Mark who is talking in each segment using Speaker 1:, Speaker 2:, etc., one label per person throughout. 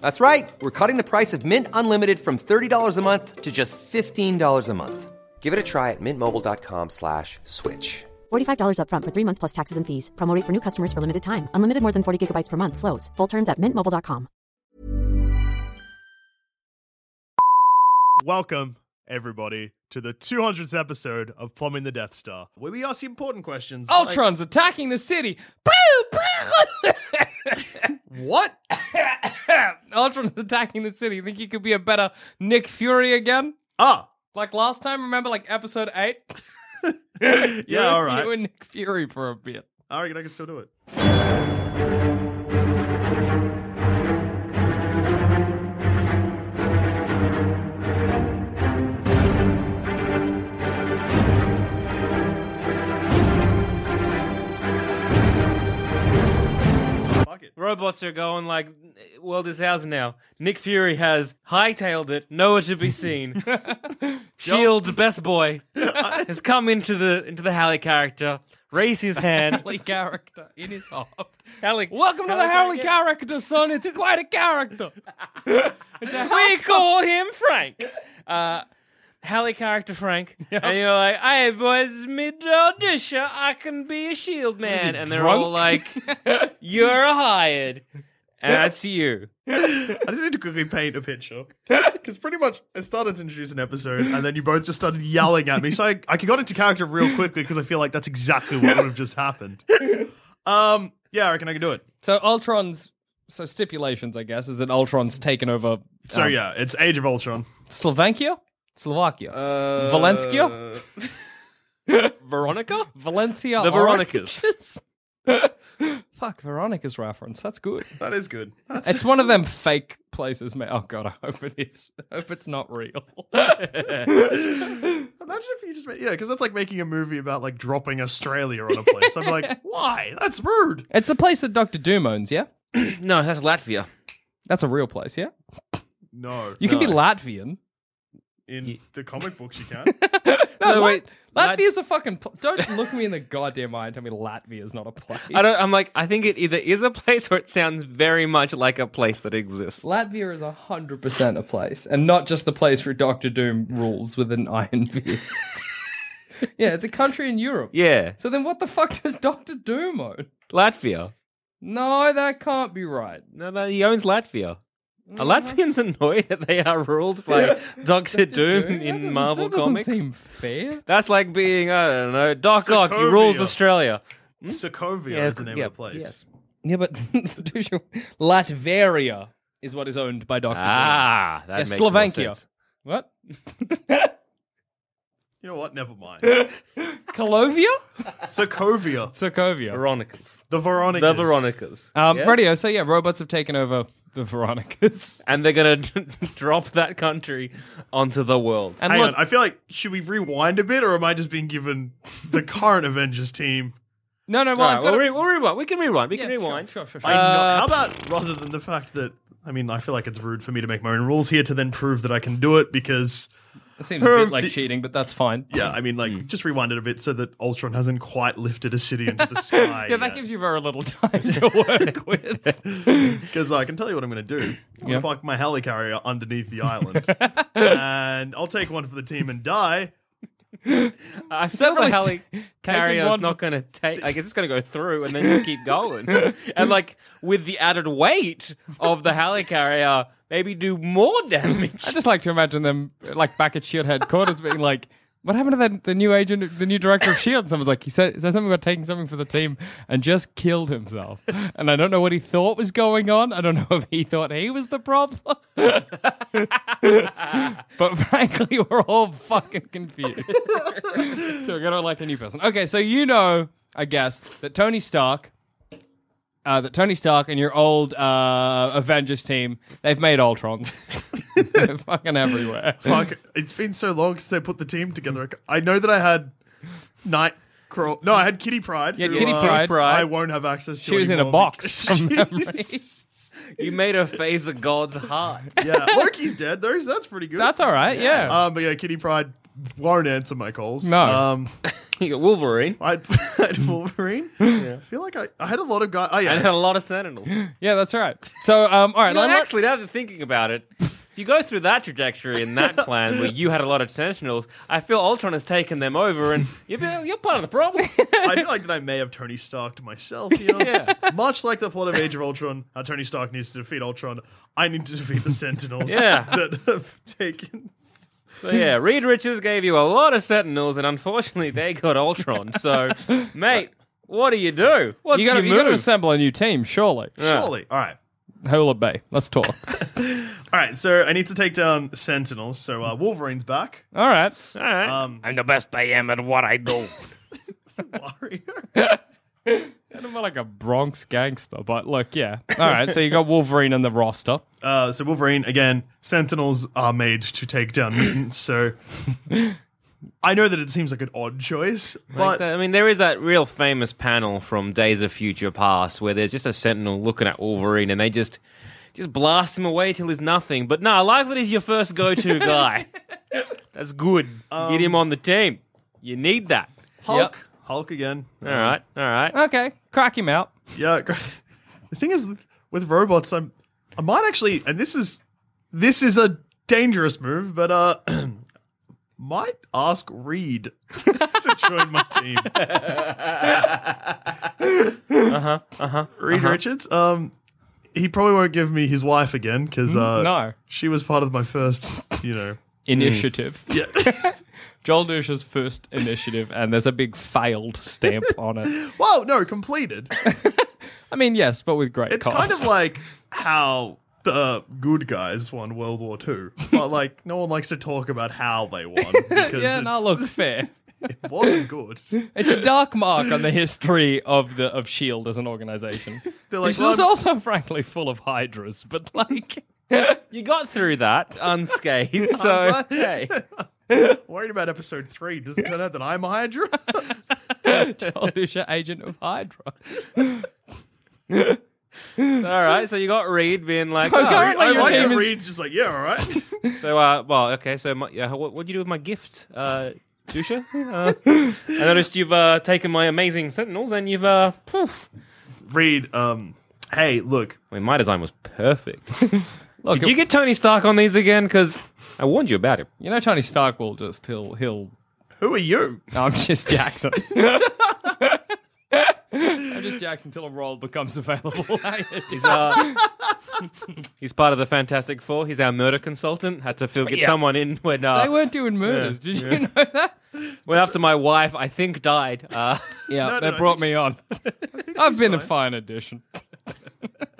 Speaker 1: That's right. We're cutting the price of Mint Unlimited from $30 a month to just $15 a month. Give it a try at mintmobile.com slash switch.
Speaker 2: $45 up front for three months plus taxes and fees. Promote for new customers for limited time. Unlimited more than 40 gigabytes per month. Slows. Full terms at mintmobile.com.
Speaker 3: Welcome, everybody, to the 200th episode of Plumbing the Death Star, where we ask important questions. like-
Speaker 4: Ultron's attacking the city. Pew, pew.
Speaker 3: what?
Speaker 4: Ultron's attacking the city. Think you could be a better Nick Fury again?
Speaker 3: Ah,
Speaker 4: Like last time, remember like episode eight? You
Speaker 3: yeah,
Speaker 4: were-
Speaker 3: all right.
Speaker 4: You were Nick Fury for a bit.
Speaker 3: I reckon I can still do it. Fuck it.
Speaker 5: Robots are going like, world is ours now. Nick Fury has hightailed it, nowhere to be seen. Shield's best boy has come into the into the Halley character, raise his hand.
Speaker 4: Harley character in his heart.
Speaker 5: Alec,
Speaker 4: Welcome to the Harley character, son. It's quite a character.
Speaker 5: we call him Frank. Uh, Halle character Frank, and you're like, "Hey boys, mid audition, I can be a shield man," and they're all like, "You're hired," and that's you.
Speaker 3: I just need to quickly paint a picture. Because pretty much I started to introduce an episode and then you both just started yelling at me. So I, I got into character real quickly because I feel like that's exactly what would have just happened. Um, yeah, I reckon I can do it.
Speaker 4: so Ultron's so stipulations, I guess, is that Ultron's taken over.
Speaker 3: So yeah, it's Age of Ultron.
Speaker 4: Slovakia, Slovakia,
Speaker 5: Uh,
Speaker 4: Valencia,
Speaker 5: Veronica?
Speaker 4: Valencia,
Speaker 5: The Veronicas.
Speaker 4: Oranges? Fuck Veronica's reference. That's good.
Speaker 3: That is good. That's
Speaker 4: It's one of them fake places, man. Oh god, I hope it is. I hope it's not real.
Speaker 3: Imagine if you just made, yeah, because that's like making a movie about like dropping Australia on a place. I'm like, why? That's rude.
Speaker 4: it's a place that Doctor Doom owns. Yeah,
Speaker 5: No, that's Latvia.
Speaker 4: that's a real place. Yeah,
Speaker 3: No,
Speaker 4: you can be Latvian.
Speaker 3: in the comic books you can.
Speaker 4: No,
Speaker 5: No, wait.
Speaker 4: wait. Latvia's a fucking. Pl- don't look me in the goddamn eye and tell me Latvia's not a place.
Speaker 5: I don't. I'm like, I think it either is a place or it sounds very much like a place that exists.
Speaker 4: Latvia is hundred percent a place, and not just the place where Doctor Doom rules with an iron fist. yeah, it's a country in Europe.
Speaker 5: yeah,
Speaker 4: So then, what the fuck does Doctor Doom own?
Speaker 5: Latvia.
Speaker 4: No, that can't be right.
Speaker 5: No, no, he owns Latvia.
Speaker 4: Mm-hmm.
Speaker 5: Are Latvians annoyed that they are ruled by Doctor Doom
Speaker 4: Doom? That
Speaker 5: in
Speaker 4: doesn't-
Speaker 5: Marvel
Speaker 4: that doesn't
Speaker 5: comics?
Speaker 4: Seem fair.
Speaker 5: That's like being, I don't know, Doc Ock, he rules
Speaker 3: Sokovia.
Speaker 5: Australia.
Speaker 3: Sokovia
Speaker 5: Yeah,
Speaker 3: is the name
Speaker 5: yeah,
Speaker 3: of the place.
Speaker 5: yes.
Speaker 4: Yeah, but Latveria is what is owned by Doctor
Speaker 5: Ah, that
Speaker 4: Doom.
Speaker 5: makes
Speaker 4: Yeah,
Speaker 5: more
Speaker 4: Slovakia.
Speaker 5: sense.
Speaker 4: What?
Speaker 3: You know what? Never mind.
Speaker 4: Kolovia?
Speaker 3: Sokovia,
Speaker 4: Sokovia.
Speaker 5: Veronicas.
Speaker 3: the Veronicas.
Speaker 5: The Veronicas.
Speaker 4: Um,
Speaker 5: Yes?
Speaker 4: Radio. So yeah, robots have taken over the Veronicas.
Speaker 5: And they're going to drop that country onto the world.
Speaker 4: And
Speaker 3: Hang on,
Speaker 4: look,
Speaker 3: I feel like should we rewind a bit, or am I just being given the current Avengers team?
Speaker 4: no, no. Well,
Speaker 5: All
Speaker 4: I've
Speaker 5: right,
Speaker 4: got
Speaker 5: we'll,
Speaker 4: to-
Speaker 5: re- we'll rewind. We can rewind. We can
Speaker 4: Yeah, sure,
Speaker 5: rewind.
Speaker 4: Sure, sure, sure.
Speaker 3: I know- how about rather than the fact that I mean, I feel like it's rude for me to make my own rules here to then prove that I can do it because
Speaker 4: it seems a bit
Speaker 3: Um,
Speaker 4: like
Speaker 3: the-
Speaker 4: cheating, but that's fine.
Speaker 3: yeah, I mean, like just rewind it a bit so that Ultron hasn't quite lifted a city into the sky.
Speaker 4: Yeah, that gives you very little time to work with.
Speaker 3: because I can tell you what I'm going to do. I'm
Speaker 4: Yeah.
Speaker 3: going to park my helicarrier underneath the island, and I'll take one for the team and die.
Speaker 5: I feel
Speaker 4: really
Speaker 5: the heli
Speaker 4: t- taking
Speaker 5: carrier's
Speaker 4: one-
Speaker 5: not going to take. I guess it's going to go through and then just keep going. and like with the added weight of the heli carrier, maybe do more
Speaker 4: I
Speaker 5: damage.
Speaker 4: just like to imagine them like back at Shield E headquarters being like, "What happened to that the new agent, the new director of Shield?" And E someone's like, "He said, said something about taking something for the team and just killed himself." And I don't know what he thought was going on. I don't know if he thought he was the problem. but frankly, we're all fucking confused. so we're gonna elect a new person. Okay, so you know, I guess that Tony Stark. Uh, that Tony Stark and your old uh, Avengers team—they've made Ultrons. They're fucking everywhere.
Speaker 3: Fuck, it's been so long since I put the team together. I know that I had night crawl. No, I had Kitty Pride.
Speaker 4: Yeah,
Speaker 3: who,
Speaker 4: Kitty
Speaker 3: uh,
Speaker 4: Pryde.
Speaker 3: I won't have access to.
Speaker 4: She was in a
Speaker 3: anymore
Speaker 4: box
Speaker 3: because-
Speaker 4: from memory.
Speaker 5: you made a phase of God's heart.
Speaker 3: yeah, Loki's dead though. So that's pretty good.
Speaker 4: That's all right. Yeah.
Speaker 3: Um, but yeah, Kitty Pride won't answer my calls.
Speaker 4: No.
Speaker 3: Um,
Speaker 5: You got Wolverine
Speaker 3: I'd, I'd Wolverine. I feel like I, I had a lot of guys. Oh, yeah.
Speaker 5: and a lot of Sentinels.
Speaker 4: yeah, that's all right. So, um, all right.
Speaker 5: No,
Speaker 4: let- let-
Speaker 5: actually, now that I'm thinking about it, if you go through that trajectory in that plan where you had a lot of Sentinels, I feel Ultron has taken them over, and you're, you're part of the problem.
Speaker 3: I feel like that I may have Tony Starked myself. You know?
Speaker 5: Yeah.
Speaker 3: Much like the plot of Age of Ultron, how Tony Stark needs to defeat Ultron, I need to defeat the Sentinels
Speaker 5: Yeah.
Speaker 3: that have taken.
Speaker 5: so yeah, Reed Richards gave you a lot of Sentinels, and unfortunately, they got Ultron. So, mate, what do you do? What's
Speaker 4: you got
Speaker 5: your
Speaker 4: to
Speaker 5: move?
Speaker 4: assemble a new team, surely.
Speaker 3: Surely. All right.
Speaker 4: Hula Bay. Let's talk.
Speaker 3: All right. So I need to take down Sentinels. So uh, Wolverine's back.
Speaker 4: all right.
Speaker 5: All right.
Speaker 3: Um,
Speaker 4: I'm the best I am at what I do.
Speaker 3: Warrior.
Speaker 4: I'm like a Bronx gangster, but look, yeah. All right. So you got Wolverine on the roster.
Speaker 3: Uh, so Wolverine again. Sentinels are made to take down mutants. So I know that it seems like an odd choice,
Speaker 5: Like
Speaker 3: but
Speaker 5: that- I mean, there is that real famous panel from Days of Future Past where there's just a Sentinel looking at Wolverine, and they just just blast him away till he's nothing. But no, I like that he's your first go-to guy. That's good. Get him on the team. You need that.
Speaker 3: Hulk. Hulk again.
Speaker 5: All right, all right.
Speaker 4: Okay, crack him out.
Speaker 3: Yeah. gr- The thing is, with robots, I'm, I might actually, and this is, this is a dangerous move, but uh, might ask Reed to join my team. uh huh. Uh huh. Reed Richards. Um, he probably won't give me his wife again because uh,
Speaker 4: no.
Speaker 3: she was part of my first, you know.
Speaker 4: Initiative.
Speaker 3: Mm. Yeah.
Speaker 4: Joel Dusha's first initiative, and there's a big failed stamp on it.
Speaker 3: well, no, completed.
Speaker 4: I mean, yes, but with great
Speaker 3: It's
Speaker 4: cost.
Speaker 3: kind of like how the good guys won World War Two, but like no one likes to talk about how they won because
Speaker 4: yeah,
Speaker 3: it's,
Speaker 4: that looks fair.
Speaker 3: it wasn't good.
Speaker 4: It's a dark mark on the history of the of Shield E as an organization.
Speaker 3: They're like,
Speaker 4: Which is
Speaker 3: well, I'm-
Speaker 4: also, frankly, full of hydras, but like,
Speaker 5: You got through that unscathed, so hey.
Speaker 3: Worried about episode three. Does it turn out that I'm a Hydra?
Speaker 4: Joel Dusha, agent of Hydra.
Speaker 5: All right, so you got Reed being like,
Speaker 4: So
Speaker 5: oh,
Speaker 4: currently
Speaker 5: I
Speaker 4: your
Speaker 5: like
Speaker 3: like
Speaker 4: team
Speaker 3: that
Speaker 4: is-
Speaker 3: Reed's just like, yeah, all right.
Speaker 5: So, uh, well, okay. So, my, yeah, what what do you do with my gift, uh, Dusha? Uh, I noticed you've uh, taken my amazing sentinels, and you've. Uh, poof.
Speaker 3: Reed, um, hey, look,
Speaker 5: I mean, my design was perfect.
Speaker 4: Look,
Speaker 5: Did you get Tony Stark on these again? Because I warned you about him.
Speaker 4: you know, Tony Stark will just he'll he'll.
Speaker 3: who are you?
Speaker 4: I'm just Jackson. I'm just Jackson until a role becomes available.
Speaker 5: He's uh, he's part of the Fantastic Four. He's our murder consultant. Had to feel get someone in when uh,
Speaker 4: they weren't doing murders. Did you know that?
Speaker 5: when after my wife, I think, died. Uh,
Speaker 4: Yeah,
Speaker 3: No,
Speaker 4: they
Speaker 3: no, I
Speaker 4: brought
Speaker 3: think
Speaker 4: me on. I've been a fine addition.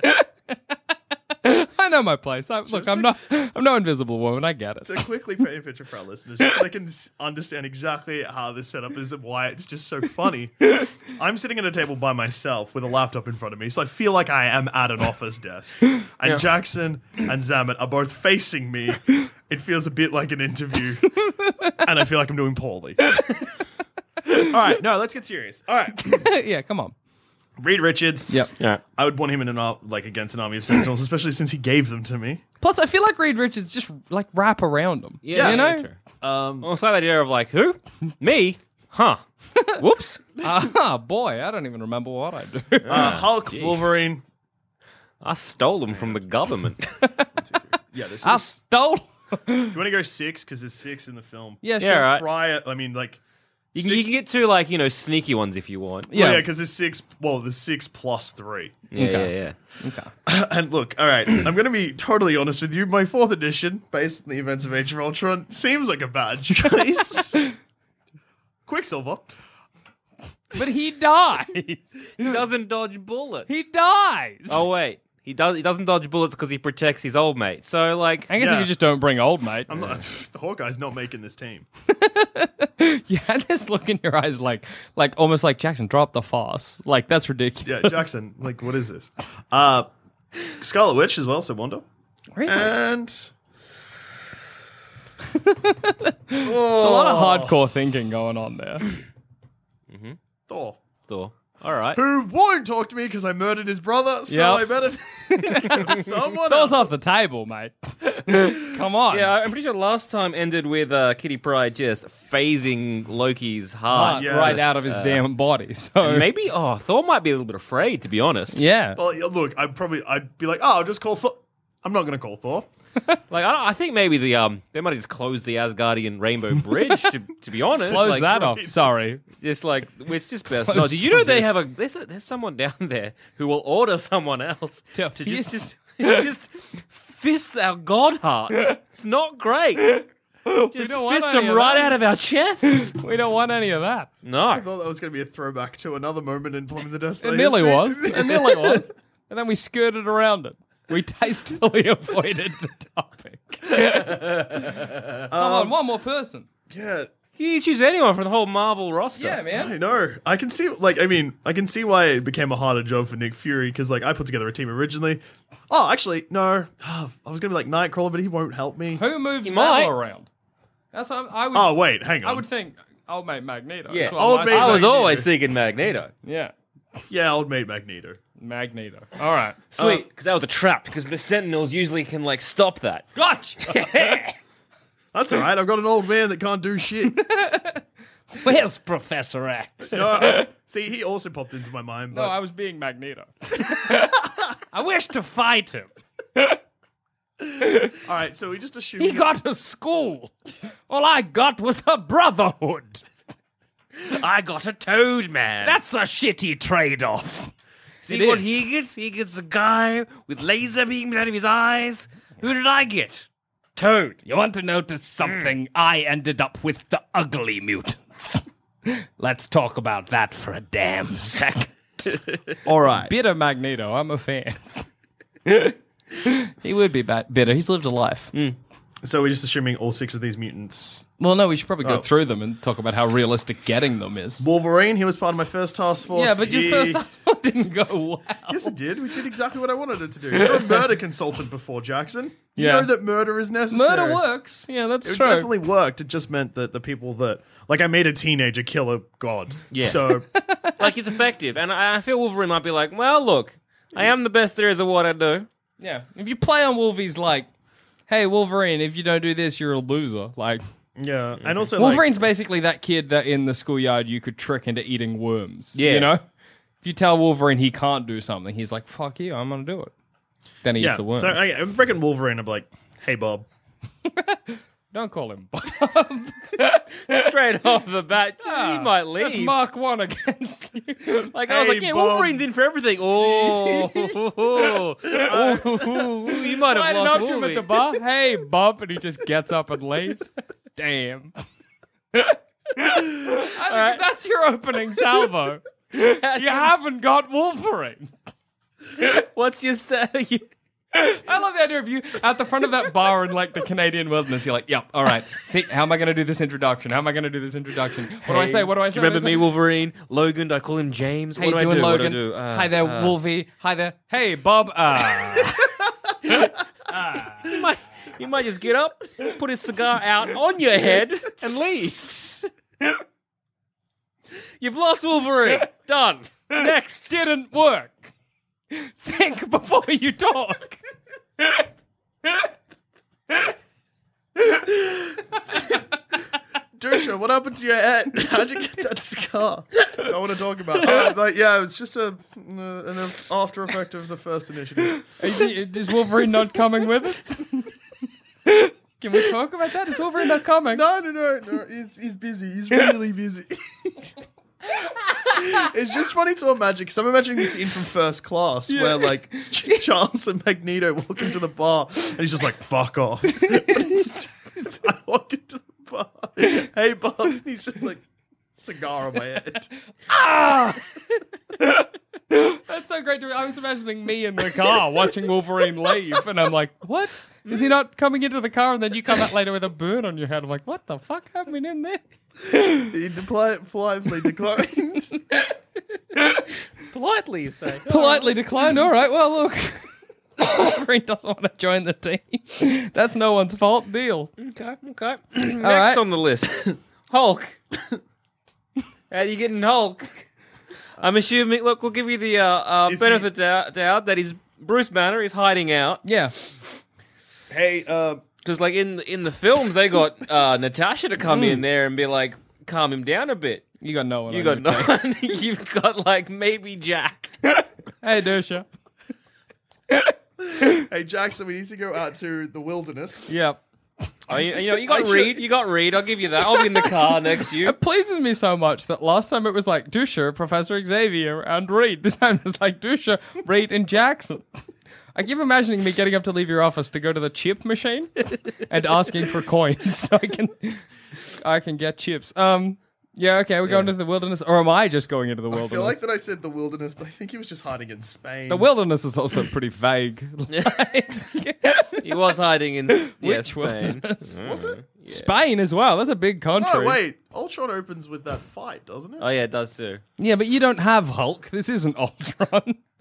Speaker 4: I know my place. I, look, I'm not. I'm no invisible woman. I get it.
Speaker 3: To quickly paint a picture for our listeners, just so they can s- understand exactly how this setup is and why it's just so funny. I'm sitting at a table by myself with a laptop in front of me, so I feel like I am at an office desk. And Jackson and Zamet are both facing me. It feels a bit like an interview, and I feel like I'm doing poorly. All right, no, let's get serious. All right,
Speaker 4: yeah, come on.
Speaker 3: Reed Richards.
Speaker 4: Yep.
Speaker 5: yeah.
Speaker 3: I would want him in an ar- like against an army of sentinels, especially since he gave them to me.
Speaker 4: Plus, I feel like Reed Richards just like wrap around them.
Speaker 5: Yeah, Um,
Speaker 4: you know.
Speaker 5: true. Also, that idea of like, who? Me? Huh. Whoops.
Speaker 4: Ah, boy, I don't even remember what I do.
Speaker 3: Uh, Hulk, Wolverine.
Speaker 5: I stole them from the government.
Speaker 3: Yeah, this
Speaker 4: I
Speaker 3: is.
Speaker 4: stole.
Speaker 3: Do you want to go six? Because there's six in the film.
Speaker 4: Yeah, sure.
Speaker 5: Yeah, right.
Speaker 3: Prior, I mean, like,
Speaker 5: You can, you can get two like you know sneaky ones if you want.
Speaker 3: oh, yeah,
Speaker 4: Yeah.
Speaker 3: because there's six. Well, there's six plus three.
Speaker 5: Yeah,
Speaker 4: Okay.
Speaker 5: yeah, yeah.
Speaker 3: And look, all right, I'm going to be totally honest with you. My fourth edition, based on the events of Age of Ultron, seems like a bad choice. Quicksilver.
Speaker 4: But he dies.
Speaker 5: He doesn't dodge bullets.
Speaker 4: He dies.
Speaker 5: oh wait, he does. He doesn't dodge bullets because he protects his old mate. So like,
Speaker 4: I guess
Speaker 3: Yeah.
Speaker 4: if you just don't bring old mate.
Speaker 3: I'm not, the Hawkeye's not making this team.
Speaker 4: You had this look in your eyes, like, like almost like Jackson, drop the farce. Like that's
Speaker 3: Yeah,
Speaker 4: ridiculous.
Speaker 3: Jackson. like, what is this? Uh, Scarlet Witch as well, so Wanda.
Speaker 4: Really?
Speaker 3: And
Speaker 4: There's a lot of hardcore thinking going on there.
Speaker 3: Thor.
Speaker 5: Thor. All right.
Speaker 3: Who won't talk to me because I murdered his brother, so
Speaker 4: Yep.
Speaker 3: I better someone else.
Speaker 4: Throws off the table, mate. Come on.
Speaker 5: Yeah, Uh, I'm pretty sure last time ended with uh, Kitty Pryde just phasing Loki's heart.
Speaker 4: Heart
Speaker 3: yeah.
Speaker 4: Uh, right
Speaker 3: Just,
Speaker 4: out of his damn body. So
Speaker 5: Maybe. Oh, Thor might be a little bit afraid, to be honest.
Speaker 4: yeah.
Speaker 3: Well, yeah, look, I'd probably I'd be like, oh, I'll just call Thor. I'm not going to call Thor.
Speaker 5: Like, I, don't- I think maybe the um, they might have just closed the Asgardian Rainbow Bridge. to, to be honest,
Speaker 4: Close
Speaker 5: Like,
Speaker 4: that off. Sorry.
Speaker 5: It's like it's just best. No, do you know they have a there's, a there's someone down there who will order someone else
Speaker 4: To
Speaker 5: to just
Speaker 4: fist.
Speaker 5: just, just fist our god hearts. It's not great. Just
Speaker 4: don't want
Speaker 5: fist
Speaker 4: any
Speaker 5: them
Speaker 4: of
Speaker 5: right out
Speaker 4: that.
Speaker 5: of our chests.
Speaker 4: We don't want any of that.
Speaker 3: I
Speaker 5: No,
Speaker 3: thought that was going to be a throwback to another moment in Plumbing the Destiny.
Speaker 4: It nearly was. It nearly was. And then we skirted around it. We tastefully avoided the topic. Come on, one more person.
Speaker 3: Yeah,
Speaker 5: you choose anyone from the whole Marvel roster.
Speaker 4: Yeah, man.
Speaker 3: I know. I can see, like, I mean, I can see why it became a harder job for Nick Fury because, like, I put together a team originally. Oh, actually, no. Ah, I was going to be like Nightcrawler, but he won't help me.
Speaker 4: Who moves
Speaker 5: You
Speaker 4: Marvel
Speaker 5: might.
Speaker 4: around? That's what I, I would.
Speaker 3: Oh, wait, hang on.
Speaker 4: I would think old mate Magneto.
Speaker 5: Yeah.
Speaker 4: That's what
Speaker 3: Old
Speaker 4: my-
Speaker 3: mate
Speaker 5: I was
Speaker 3: Magneto.
Speaker 5: always thinking Magneto.
Speaker 4: Yeah,
Speaker 3: yeah, old mate Magneto.
Speaker 4: Magneto. All right.
Speaker 5: Sweet, because that was a trap. Because the Sentinels usually can like stop that.
Speaker 4: Gotcha.
Speaker 3: That's all right. I've got an old man that can't do shit.
Speaker 6: Where's Professor X?
Speaker 3: Uh, see, he also popped into my mind,
Speaker 4: No,
Speaker 3: but
Speaker 4: I was being Magneto.
Speaker 6: I wish to fight him.
Speaker 3: all right. So we just assume
Speaker 6: He got a school. All I got was a brotherhood.
Speaker 5: I got a toad man.
Speaker 6: That's a shitty trade off.
Speaker 5: See what he gets? He gets a guy with laser beams out of his eyes. Who did I get? Toad.
Speaker 6: You want to notice something?
Speaker 3: Hmm.
Speaker 6: I ended up with the ugly mutants. Let's talk about that for a damn second.
Speaker 3: all right.
Speaker 4: Bitter Magneto. I'm a fan. he would be bat- bitter. He's lived a life.
Speaker 3: Hmm. So we're just assuming all six of these mutants.
Speaker 4: Well, no, we should probably go
Speaker 3: Oh.
Speaker 4: through them and talk about how realistic getting them is.
Speaker 3: Wolverine, he was part of my first task force.
Speaker 4: yeah, but your
Speaker 3: He-
Speaker 4: first one didn't go well.
Speaker 3: Yes, it did. We did exactly what I wanted it to do. You're a murder consultant before Jackson. You
Speaker 4: Yeah.
Speaker 3: know that murder is necessary.
Speaker 4: Murder works. Yeah, that's
Speaker 3: It
Speaker 4: true.
Speaker 3: definitely worked. It just meant that the people that, like, I made a teenager kill a god. Yeah. So
Speaker 5: Like it's effective, and I, I feel Wolverine might be like, well, look, I am the best there is at what I do.
Speaker 4: Yeah. If you play on Wolverines like, hey, Wolverine, if you don't do this, you're a loser. Like,
Speaker 3: yeah, and also
Speaker 4: Wolverine's basically that kid that in the schoolyard you could trick into eating worms.
Speaker 5: Yeah.
Speaker 4: You know? If you tell Wolverine he can't do something, he's like, fuck you, I'm going to do it. Then he
Speaker 3: Like, yeah.
Speaker 4: eats the worms.
Speaker 3: So I, I reckon Wolverine. I'm like, hey Bob.
Speaker 4: don't call him Bob.
Speaker 5: Straight off the bat, he might
Speaker 4: That's
Speaker 5: leave.
Speaker 4: Mark 1 against you.
Speaker 5: Like I was
Speaker 3: Hey,
Speaker 5: like, yeah,
Speaker 3: Bob.
Speaker 5: Wolverine's in for everything. Oh, Ooh, you might have
Speaker 4: Sliding
Speaker 5: lost
Speaker 4: up to him at the
Speaker 5: Wolverine.
Speaker 4: bar. Hey, Bob. And he just gets up and leaves. Damn. I think that's your opening salvo. You haven't got Wolverine.
Speaker 5: What's your say?
Speaker 4: I love the idea of you at the front of that bar in like the Canadian wilderness. You're like, yep, all right. Think, how am I going to do this introduction? How am I going to do this introduction? What do I say? What do I say?
Speaker 5: Remember
Speaker 4: What do I
Speaker 5: me,
Speaker 4: say?
Speaker 5: Wolverine? Logan? Do I call him James?
Speaker 4: How
Speaker 5: what do
Speaker 4: you
Speaker 5: I
Speaker 4: doing,
Speaker 5: do?
Speaker 4: Logan?
Speaker 5: What do I do? Uh,
Speaker 4: Hi there,
Speaker 5: uh,
Speaker 4: Wolvie. Hi there. Hey, Bob. Uh,
Speaker 5: You might, you might just get up, put his cigar out on your head, and leave. You've lost Wolverine. Done.
Speaker 4: next didn't work. Think before you talk.
Speaker 3: Dusha, what happened to your head? How'd you get that scar? Don't want to talk about. It. Uh, like, yeah, it's just a uh, an after effect of the first initiative.
Speaker 4: Is, he- is Wolverine not coming with us? Can we talk about that? Is Wolverine not coming?
Speaker 3: No, no, no, no. He's he's busy. He's really busy. it's just funny to imagine because I'm imagining this scene from First Class where like Ch- Charles and Magneto walk into the bar and he's just like "fuck off." But it's, it's- I walk into the bar. Hey, Bob. And he's just like cigar on my head.
Speaker 4: That's so great to I was imagining me in the car watching Wolverine leave, and I'm like, what? Is he not coming into the car? And then you come out later with a burn on your head. I'm like, what the fuck happened in there?
Speaker 3: He depli- politely declined.
Speaker 5: Politely, you say.
Speaker 4: Politely declined. All right, well, look. Wolverine doesn't want to join the team. That's no one's fault. Deal.
Speaker 5: Okay, okay. Next
Speaker 4: right.
Speaker 5: on the list Hulk. How do you get in Hulk? I'm assuming, look, we'll give you the uh, uh,
Speaker 3: Is
Speaker 5: benefit
Speaker 3: he-
Speaker 5: of the dou- doubt that he's Bruce Banner is hiding out.
Speaker 4: Yeah.
Speaker 3: hey, uh,
Speaker 5: Because, like, in, in the films, they got uh, Natasha to come in there and be like, calm him down a bit.
Speaker 4: You got no one.
Speaker 5: You
Speaker 4: on
Speaker 5: got
Speaker 4: your team.
Speaker 5: none. You've got like maybe Jack.
Speaker 4: Hey, Dusha.
Speaker 3: hey Jackson, we need to go out to the wilderness.
Speaker 4: Yep.
Speaker 5: Oh, you, you know, you got
Speaker 3: Actually-
Speaker 5: Reed. You got Reed. I'll give you that. I'll be in the car next to you.
Speaker 4: It pleases me so much that last time it was like Dusha, Professor Xavier, and Reed. This time it's like Dusha, Reed, and Jackson. I keep imagining me getting up to leave your office to go to the chip machine and asking for coins so I can I can get chips. Um yeah, okay, we're going to the wilderness, or am I just going into the
Speaker 3: I
Speaker 4: wilderness?
Speaker 3: feel like that I said the wilderness, but I think he was just hiding in Spain.
Speaker 4: the wilderness is also pretty vague. Like,
Speaker 5: He was hiding in yeah,
Speaker 4: Which
Speaker 5: Spain.
Speaker 4: wilderness?
Speaker 3: was it?
Speaker 4: Spain as well. That's a big country.
Speaker 3: No, Oh, wait. Ultron opens with that fight, doesn't it?
Speaker 5: Oh yeah, it does too.
Speaker 4: Yeah, but you don't have Hulk. This isn't Ultron.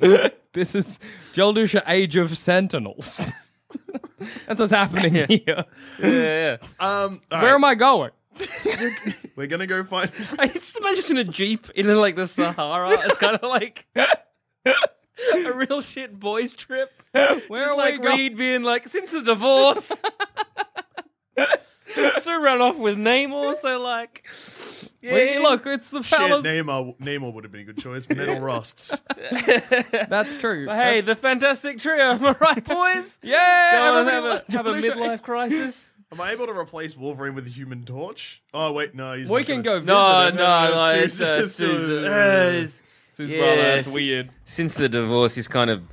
Speaker 4: this is Joel Dusha Age of Sentinels. That's what's happening here.
Speaker 5: Yeah, yeah. yeah.
Speaker 3: Um, all
Speaker 4: Where
Speaker 3: right,
Speaker 4: am I going?
Speaker 3: We're gonna go find.
Speaker 5: I just imagine just in a jeep in like the Sahara. It's kind of like a real shit boys trip.
Speaker 4: Where
Speaker 5: It's
Speaker 4: are
Speaker 5: like
Speaker 4: we going?
Speaker 5: Reed being like, since the divorce, so run off with Namor. So like,
Speaker 4: We- look, it's the
Speaker 3: Shit,
Speaker 4: fellas.
Speaker 3: Namor, Namor would have been a good choice. Metal rusts.
Speaker 4: That's true.
Speaker 5: But hey, the fantastic trio, am I right, boys?
Speaker 4: yeah,
Speaker 5: Go and
Speaker 4: everybody
Speaker 5: have a, have a
Speaker 4: look-
Speaker 5: midlife crisis.
Speaker 3: Am I able to replace Wolverine with the Human Torch? Oh wait, no. He's
Speaker 4: We
Speaker 3: not
Speaker 4: can
Speaker 3: gonna-
Speaker 4: go visit.
Speaker 5: No, no,
Speaker 4: him.
Speaker 5: no, it's,
Speaker 3: it's, uh,
Speaker 5: uh,
Speaker 3: it's, uh,
Speaker 5: Susan.
Speaker 3: uh,
Speaker 5: Yes.
Speaker 4: It's his brother.
Speaker 5: Yes.
Speaker 4: That's weird.
Speaker 5: Since the divorce, he's kind of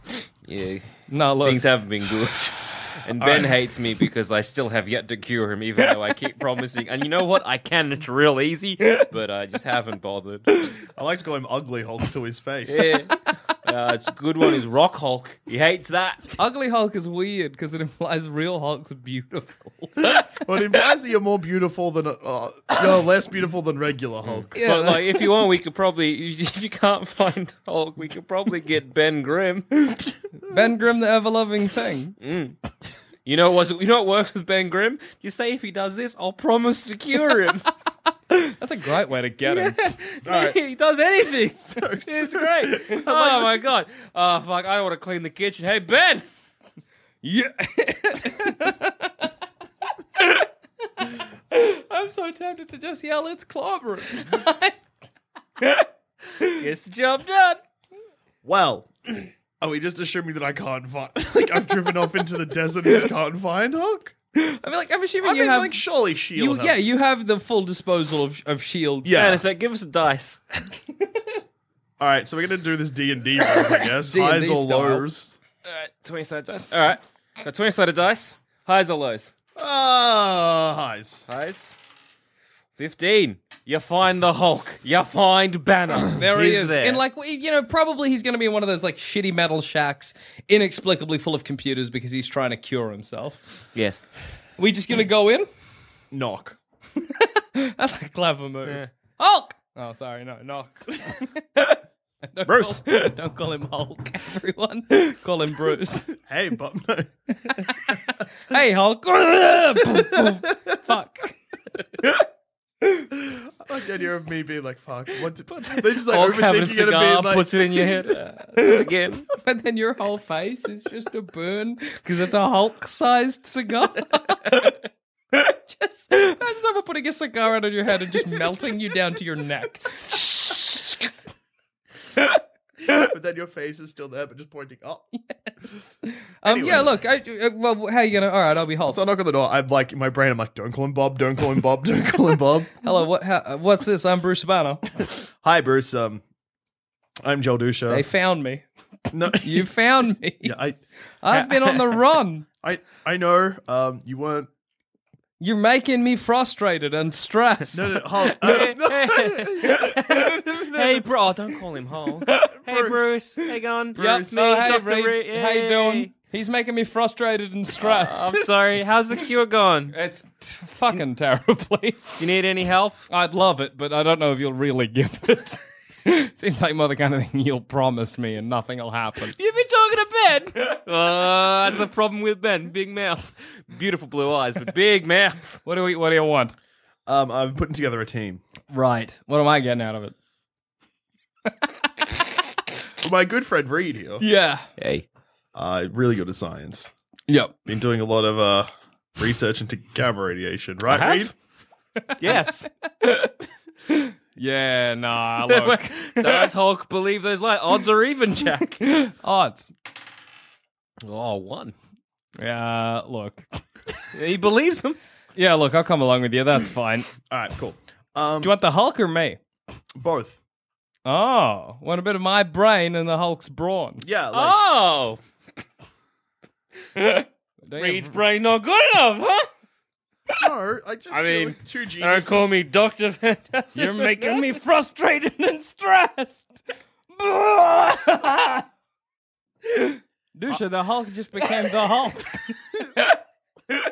Speaker 5: yeah,
Speaker 4: No, look.
Speaker 5: things haven't been good. And Ben hates me because I still have yet to cure him, even though I keep promising. And you know what? I can. It's real easy, but I just haven't bothered.
Speaker 3: I like to call him Ugly Hulk to his face.
Speaker 5: Yeah. Uh, it's a good one. Is Rock Hulk? He hates that.
Speaker 4: Ugly Hulk is weird because it implies real Hulk's beautiful.
Speaker 3: But it implies that you're more beautiful than uh, you're less beautiful than regular Hulk.
Speaker 4: Yeah,
Speaker 5: But like, if you want, we could probably. If you can't find Hulk, we could probably get Ben Grimm.
Speaker 4: Ben Grimm, the ever loving thing.
Speaker 5: You know what's You know what works with Ben Grimm? You say if he does this, I'll promise to cure him.
Speaker 4: That's a great way to get him.
Speaker 5: he does anything. it's great. Oh my god. Oh fuck. I want to clean the kitchen. Hey Ben.
Speaker 4: Yeah. I'm so tempted to just yell, it's clobbering.
Speaker 5: Gets the job done.
Speaker 3: Well, are we just assuming that I can't find? Like I've driven off into the desert and just can't find Hulk.
Speaker 4: I mean, like, I'm assuming
Speaker 3: I
Speaker 4: you
Speaker 3: mean,
Speaker 4: have.
Speaker 3: like surely Shield.
Speaker 4: you, yeah, you have the full disposal of, of shields.
Speaker 3: Yeah.
Speaker 5: And it's like, give us a dice.
Speaker 3: All right, so we're gonna do this D and D, I guess.
Speaker 4: D&D
Speaker 3: Highs or
Speaker 4: style.
Speaker 3: lows?
Speaker 5: All right, twenty sided dice. All right. Got twenty sided dice. Highs or lows?
Speaker 3: Ah, highs.
Speaker 5: Highs. Fifteen. You find the Hulk. You find Banner.
Speaker 4: There he
Speaker 5: He's
Speaker 4: is.
Speaker 5: There.
Speaker 4: And, like, we- you know, probably he's going to be in one of those, like, shitty metal shacks, inexplicably full of computers because he's trying to cure himself.
Speaker 5: yes.
Speaker 4: We just going to go in?
Speaker 3: Knock.
Speaker 4: That's a clever move. Hulk! Oh, sorry, no, knock. Don't
Speaker 5: Bruce.
Speaker 4: Call, don't call him Hulk, everyone. Call him Bruce.
Speaker 3: Hey, but no.
Speaker 4: hey, Hulk. Poof, poof. Fuck.
Speaker 3: I like the idea of me being like, "Fuck." What? Did, they just like
Speaker 5: Hulk having a
Speaker 3: overthinking it and being
Speaker 5: cigar,
Speaker 3: like,
Speaker 5: puts it in your head uh, again.
Speaker 4: But then your whole face is just a burn because it's a Hulk sized cigar. just, I just ever putting a cigar out on your head and just melting you down to your neck.
Speaker 3: but then your face is still there, but just pointing up.
Speaker 4: Um,
Speaker 3: Anyway.
Speaker 4: Yeah, look, I, uh, well, how you going to? All right, I'll be Hulk.
Speaker 3: So I knock on the door. I'm like in my brain. I'm like, don't call him Bob. Don't call him Bob. Don't call him Bob.
Speaker 4: Hello, what, how, uh, what's this? I'm Bruce Banner.
Speaker 3: Hi, Bruce. Um, I'm Joel Dusha.
Speaker 4: They found me.
Speaker 3: no,
Speaker 4: You found me.
Speaker 3: yeah, I,
Speaker 4: I've been on the run.
Speaker 3: I, I know. Um, you weren't.
Speaker 4: You're making me frustrated and stressed.
Speaker 3: No, no, Hulk. Uh, no,
Speaker 5: hey, bro. Oh, don't call him Hulk. hey, Bruce. Hey, gone.
Speaker 4: Yep,
Speaker 5: Yup,
Speaker 4: me, Dr.
Speaker 5: Reed.
Speaker 4: Reed. Oh, How you
Speaker 5: Yay.
Speaker 4: doing? He's making me frustrated and stressed.
Speaker 5: I'm sorry. How's the cure going?
Speaker 4: it's t- fucking terribly.
Speaker 5: You need any help?
Speaker 4: I'd love it, but I don't know if you'll really give it. Seems like more the kind of thing you'll promise me and nothing will happen.
Speaker 5: You've been talking to Ben. Uh, that's the problem with Ben. Big mouth, beautiful blue eyes, but big mouth.
Speaker 4: What do we? What do you want?
Speaker 3: um, I'm putting together a team.
Speaker 4: Right. What am I getting out of it?
Speaker 3: My good friend Reed here.
Speaker 4: Yeah.
Speaker 5: Hey,
Speaker 3: Uh, really good at science.
Speaker 4: Yep.
Speaker 3: Been doing a lot of uh research into gamma radiation, right,
Speaker 5: I have?
Speaker 3: Reed?
Speaker 5: yes.
Speaker 4: Yeah. Nah. Look.
Speaker 5: Does Hulk believe those lies? Odds are even, Jack.
Speaker 4: Odds.
Speaker 5: Oh, one.
Speaker 4: Yeah. Look.
Speaker 5: He believes him.
Speaker 4: Yeah. Look. I'll come along with you. That's fine.
Speaker 3: All right, cool. Um,
Speaker 4: Do you want the Hulk or me?
Speaker 3: both?
Speaker 4: Oh, want a bit of my brain and the Hulk's brawn.
Speaker 3: Yeah. Like,
Speaker 5: Oh,
Speaker 4: Don't you-
Speaker 5: Reed's brain not good enough, huh?
Speaker 3: No, I just.
Speaker 5: I
Speaker 3: feel
Speaker 5: mean,
Speaker 3: like two
Speaker 5: Don't
Speaker 3: geniuses.
Speaker 5: call me Doctor Fantastic.
Speaker 4: You're making me frustrated and stressed. Dusha, the Hulk just became the Hulk.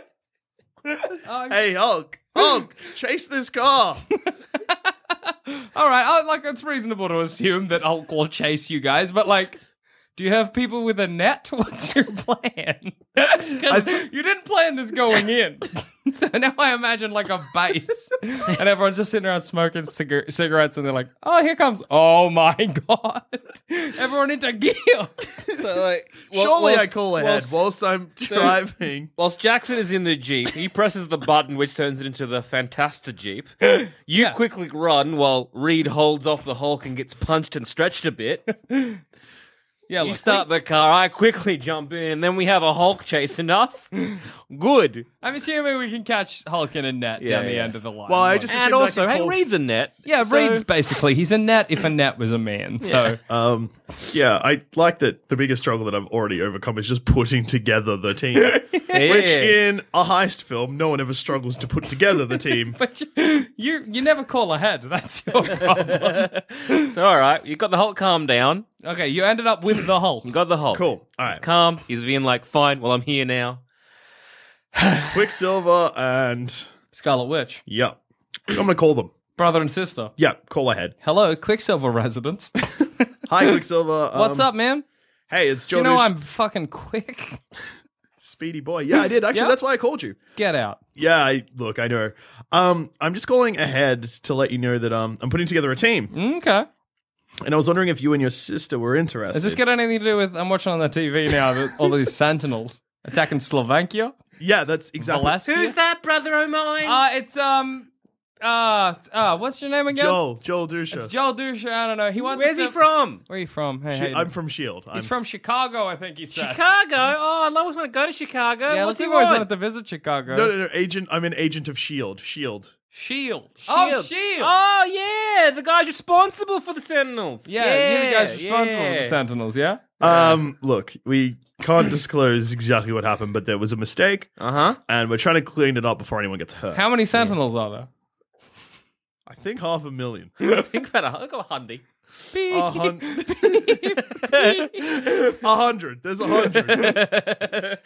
Speaker 3: Hey, Hulk! Hulk! chase this car!
Speaker 4: All right, I, like it's reasonable to assume that Hulk will chase you guys, but like, do you have people with a net? What's your plan? 'Cause you didn't plan this going in. So now I imagine like a base, and everyone's just sitting around smoking cigar- cigarettes, and they're like, "Oh, here comes! Oh my god! Everyone into gear!"
Speaker 5: So like, whil-
Speaker 3: Surely
Speaker 5: whilst-
Speaker 3: I call ahead
Speaker 5: whilst-
Speaker 3: whilst I'm driving.
Speaker 5: Whilst Jackson is in the Jeep, he presses the button which turns it into the Fantasta Jeep. You quickly run while Reed holds off the Hulk and gets punched and stretched a bit.
Speaker 4: Yeah,
Speaker 5: You
Speaker 4: look,
Speaker 5: start the car, I quickly jump in, and then we have a Hulk chasing us. Good.
Speaker 4: I'm assuming we can catch Hulk in a net
Speaker 5: Yeah,
Speaker 4: down the
Speaker 5: yeah.
Speaker 4: end of the line.
Speaker 3: Well, I
Speaker 4: Like-
Speaker 3: just
Speaker 5: And
Speaker 3: assumed I
Speaker 5: also,
Speaker 3: could
Speaker 5: hey,
Speaker 3: call-
Speaker 5: Reed's a net.
Speaker 4: yeah,
Speaker 5: so-
Speaker 4: Reed's basically he's a net if a net was a man. So
Speaker 3: Um, yeah, I like that the biggest struggle that I've already overcome is just putting together the team. Which in a heist film, no one ever struggles to put together the team.
Speaker 4: but you, you you never call ahead. That's your problem.
Speaker 5: So, all right, you got the Hulk calmed down.
Speaker 4: okay, you ended up with the Hulk.
Speaker 5: You got the Hulk.
Speaker 3: Cool. All
Speaker 5: He's
Speaker 3: right.
Speaker 5: calm. He's being like, fine, well, I'm here now.
Speaker 3: Quicksilver and
Speaker 4: Scarlet Witch,
Speaker 3: yeah. I'm gonna call them.
Speaker 4: brother and sister.
Speaker 3: Yeah, call ahead.
Speaker 4: Hello, Quicksilver residents.
Speaker 3: Hi, Quicksilver. Um,
Speaker 4: What's up, man?
Speaker 3: Hey, it's
Speaker 4: Do you
Speaker 3: Joe.
Speaker 4: know
Speaker 3: Douche-
Speaker 4: I'm fucking quick?
Speaker 3: Speedy boy. Yeah, I did. Actually,
Speaker 4: Yeah.
Speaker 3: that's why I called you.
Speaker 4: Get out.
Speaker 3: Yeah, I look, I know. Um, I'm just calling ahead to let you know that um I'm putting together a team.
Speaker 4: Okay.
Speaker 3: And I was wondering if you and your sister were interested.
Speaker 4: Has this got anything to do with? I'm watching on the TV now. that All these sentinels attacking Slovakia,
Speaker 3: Yeah, that's exactly
Speaker 4: Alaska.
Speaker 5: Who's that, brother of mine?
Speaker 4: Uh, it's um, uh, uh, what's your name again?
Speaker 3: Joel, Joel Dusha.
Speaker 4: It's Joel Dusha. I don't know. He wants.
Speaker 5: Where's
Speaker 4: us
Speaker 5: he
Speaker 4: to-
Speaker 5: from?
Speaker 4: Where are you from? Hey, how you
Speaker 3: Shi- I'm
Speaker 4: doing?
Speaker 3: from Shield. E I'm,
Speaker 4: He's from Chicago, I think he
Speaker 5: uh,
Speaker 4: said.
Speaker 5: Chicago? Oh, I always want to go to Chicago.
Speaker 4: Yeah,
Speaker 5: What's
Speaker 4: looks
Speaker 5: he
Speaker 4: like he always
Speaker 5: want?
Speaker 4: wanted to visit Chicago.
Speaker 3: no, no, no. Agent. I'm an agent of Shield. Shield.
Speaker 4: Shield. Oh, Shield.
Speaker 5: Oh, yeah. The guy's responsible for the Sentinels.
Speaker 4: yeah, you guys responsible for the Sentinels, yeah?
Speaker 3: Um, look, we can't disclose exactly what happened, but there was a mistake,
Speaker 5: Uh huh.
Speaker 3: and we're trying to clean it up before anyone gets hurt.
Speaker 4: Uh-huh. How many Sentinels are there?
Speaker 3: I think half a million.
Speaker 5: Think about it. Look at Hundy.
Speaker 3: A hun- a hundred. There's a hundred.
Speaker 4: Okay,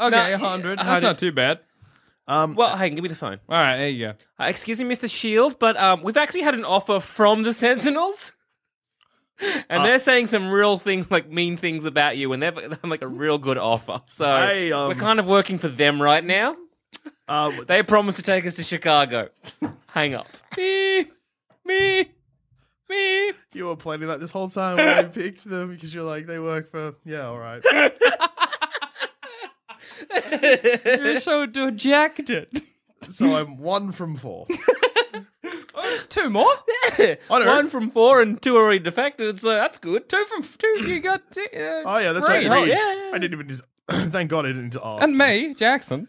Speaker 5: No,
Speaker 4: a hundred.
Speaker 5: a
Speaker 4: That's
Speaker 5: hundred.
Speaker 4: not too bad.
Speaker 3: Um,
Speaker 5: Well, hang, give me the phone.
Speaker 4: All right, there you go.
Speaker 5: Uh, excuse me, Mr. Shield, but um, we've actually had an offer from the Sentinels.
Speaker 4: Uh,
Speaker 5: And they're saying some real things, like mean things about you, and they're like a real good offer. So
Speaker 3: I, um,
Speaker 5: we're kind of working for them right now.
Speaker 3: uh,
Speaker 5: They promised to take us to Chicago. Hang up.
Speaker 4: Beep, beep, beep.
Speaker 3: you were planning that this whole time when I picked them because you're like they work for. Yeah, all right.
Speaker 4: You're so dejected.
Speaker 3: so I'm one from four.
Speaker 4: Two more?
Speaker 3: I know.
Speaker 5: One from four, and two already defected, so that's good.
Speaker 4: Two from two. You got. Two, uh,
Speaker 3: Oh yeah, that's
Speaker 4: Reed.
Speaker 3: right.
Speaker 5: Oh,
Speaker 3: Reed.
Speaker 5: yeah, yeah.
Speaker 3: I didn't even. Just, thank God I didn't need to ask.
Speaker 4: And me, Jackson.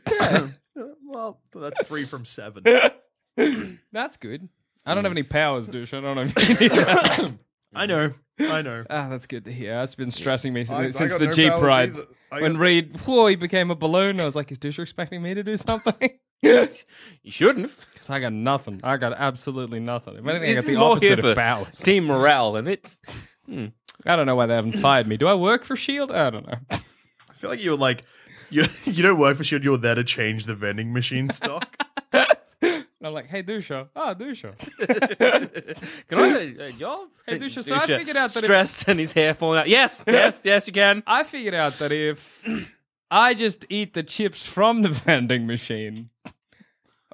Speaker 3: Well, that's three from seven.
Speaker 4: That's good. I don't have any powers, douche. I don't know if you need that.
Speaker 3: I know. I know.
Speaker 4: Ah, that's good to hear. That's been stressing me since,
Speaker 3: I- I
Speaker 4: since
Speaker 3: got
Speaker 4: the
Speaker 3: no
Speaker 4: Jeep
Speaker 3: powers
Speaker 4: ride.
Speaker 3: either. I
Speaker 4: When
Speaker 3: got-
Speaker 4: Reed, whoa, he became a balloon. I was like, is douche expecting me to do something?
Speaker 5: You shouldn't.
Speaker 4: Because I got nothing. I got absolutely nothing. If anything, I
Speaker 5: This
Speaker 4: got
Speaker 5: is
Speaker 4: the
Speaker 5: more here
Speaker 4: opposite
Speaker 5: for
Speaker 4: of powers.
Speaker 5: Team morale, and it's
Speaker 4: I don't know why they haven't fired me. Do I work for S.H.I.E.L.D.? I don't know.
Speaker 3: I feel like you were like you you don't work for Shield. You were there to change the vending machine stock.
Speaker 4: And I'm like, hey, Dusha. Oh, Dusha.
Speaker 5: Can I get a- a job?
Speaker 4: Hey, Dusha, so I figured out that if-
Speaker 5: stressed and his hair falling out. Yes, yes, yes, you can.
Speaker 4: I figured out that if I just eat the chips from the vending machine,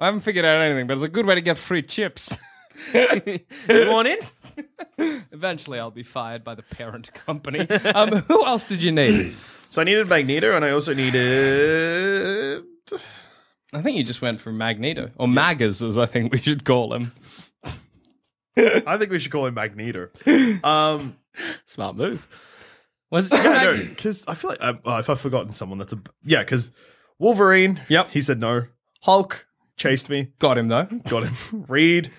Speaker 4: I haven't figured out anything, but it's a good way to get free chips.
Speaker 5: you want in?
Speaker 4: Eventually, I'll be fired by the parent company. Um, who else did you need?
Speaker 3: so I needed Magneto, and I also needed.
Speaker 4: I think you just went for Magneto, or Magas, as I think we should call him.
Speaker 3: I think we should call him Magneto. Um,
Speaker 5: Smart move.
Speaker 4: Was it just
Speaker 3: no,
Speaker 4: Mag-
Speaker 3: because I feel like I, uh, if I've forgotten someone, that's a yeah. Because Wolverine.
Speaker 4: Yep.
Speaker 3: He said no. Hulk chased me.
Speaker 4: Got him though.
Speaker 3: Got him. Reed.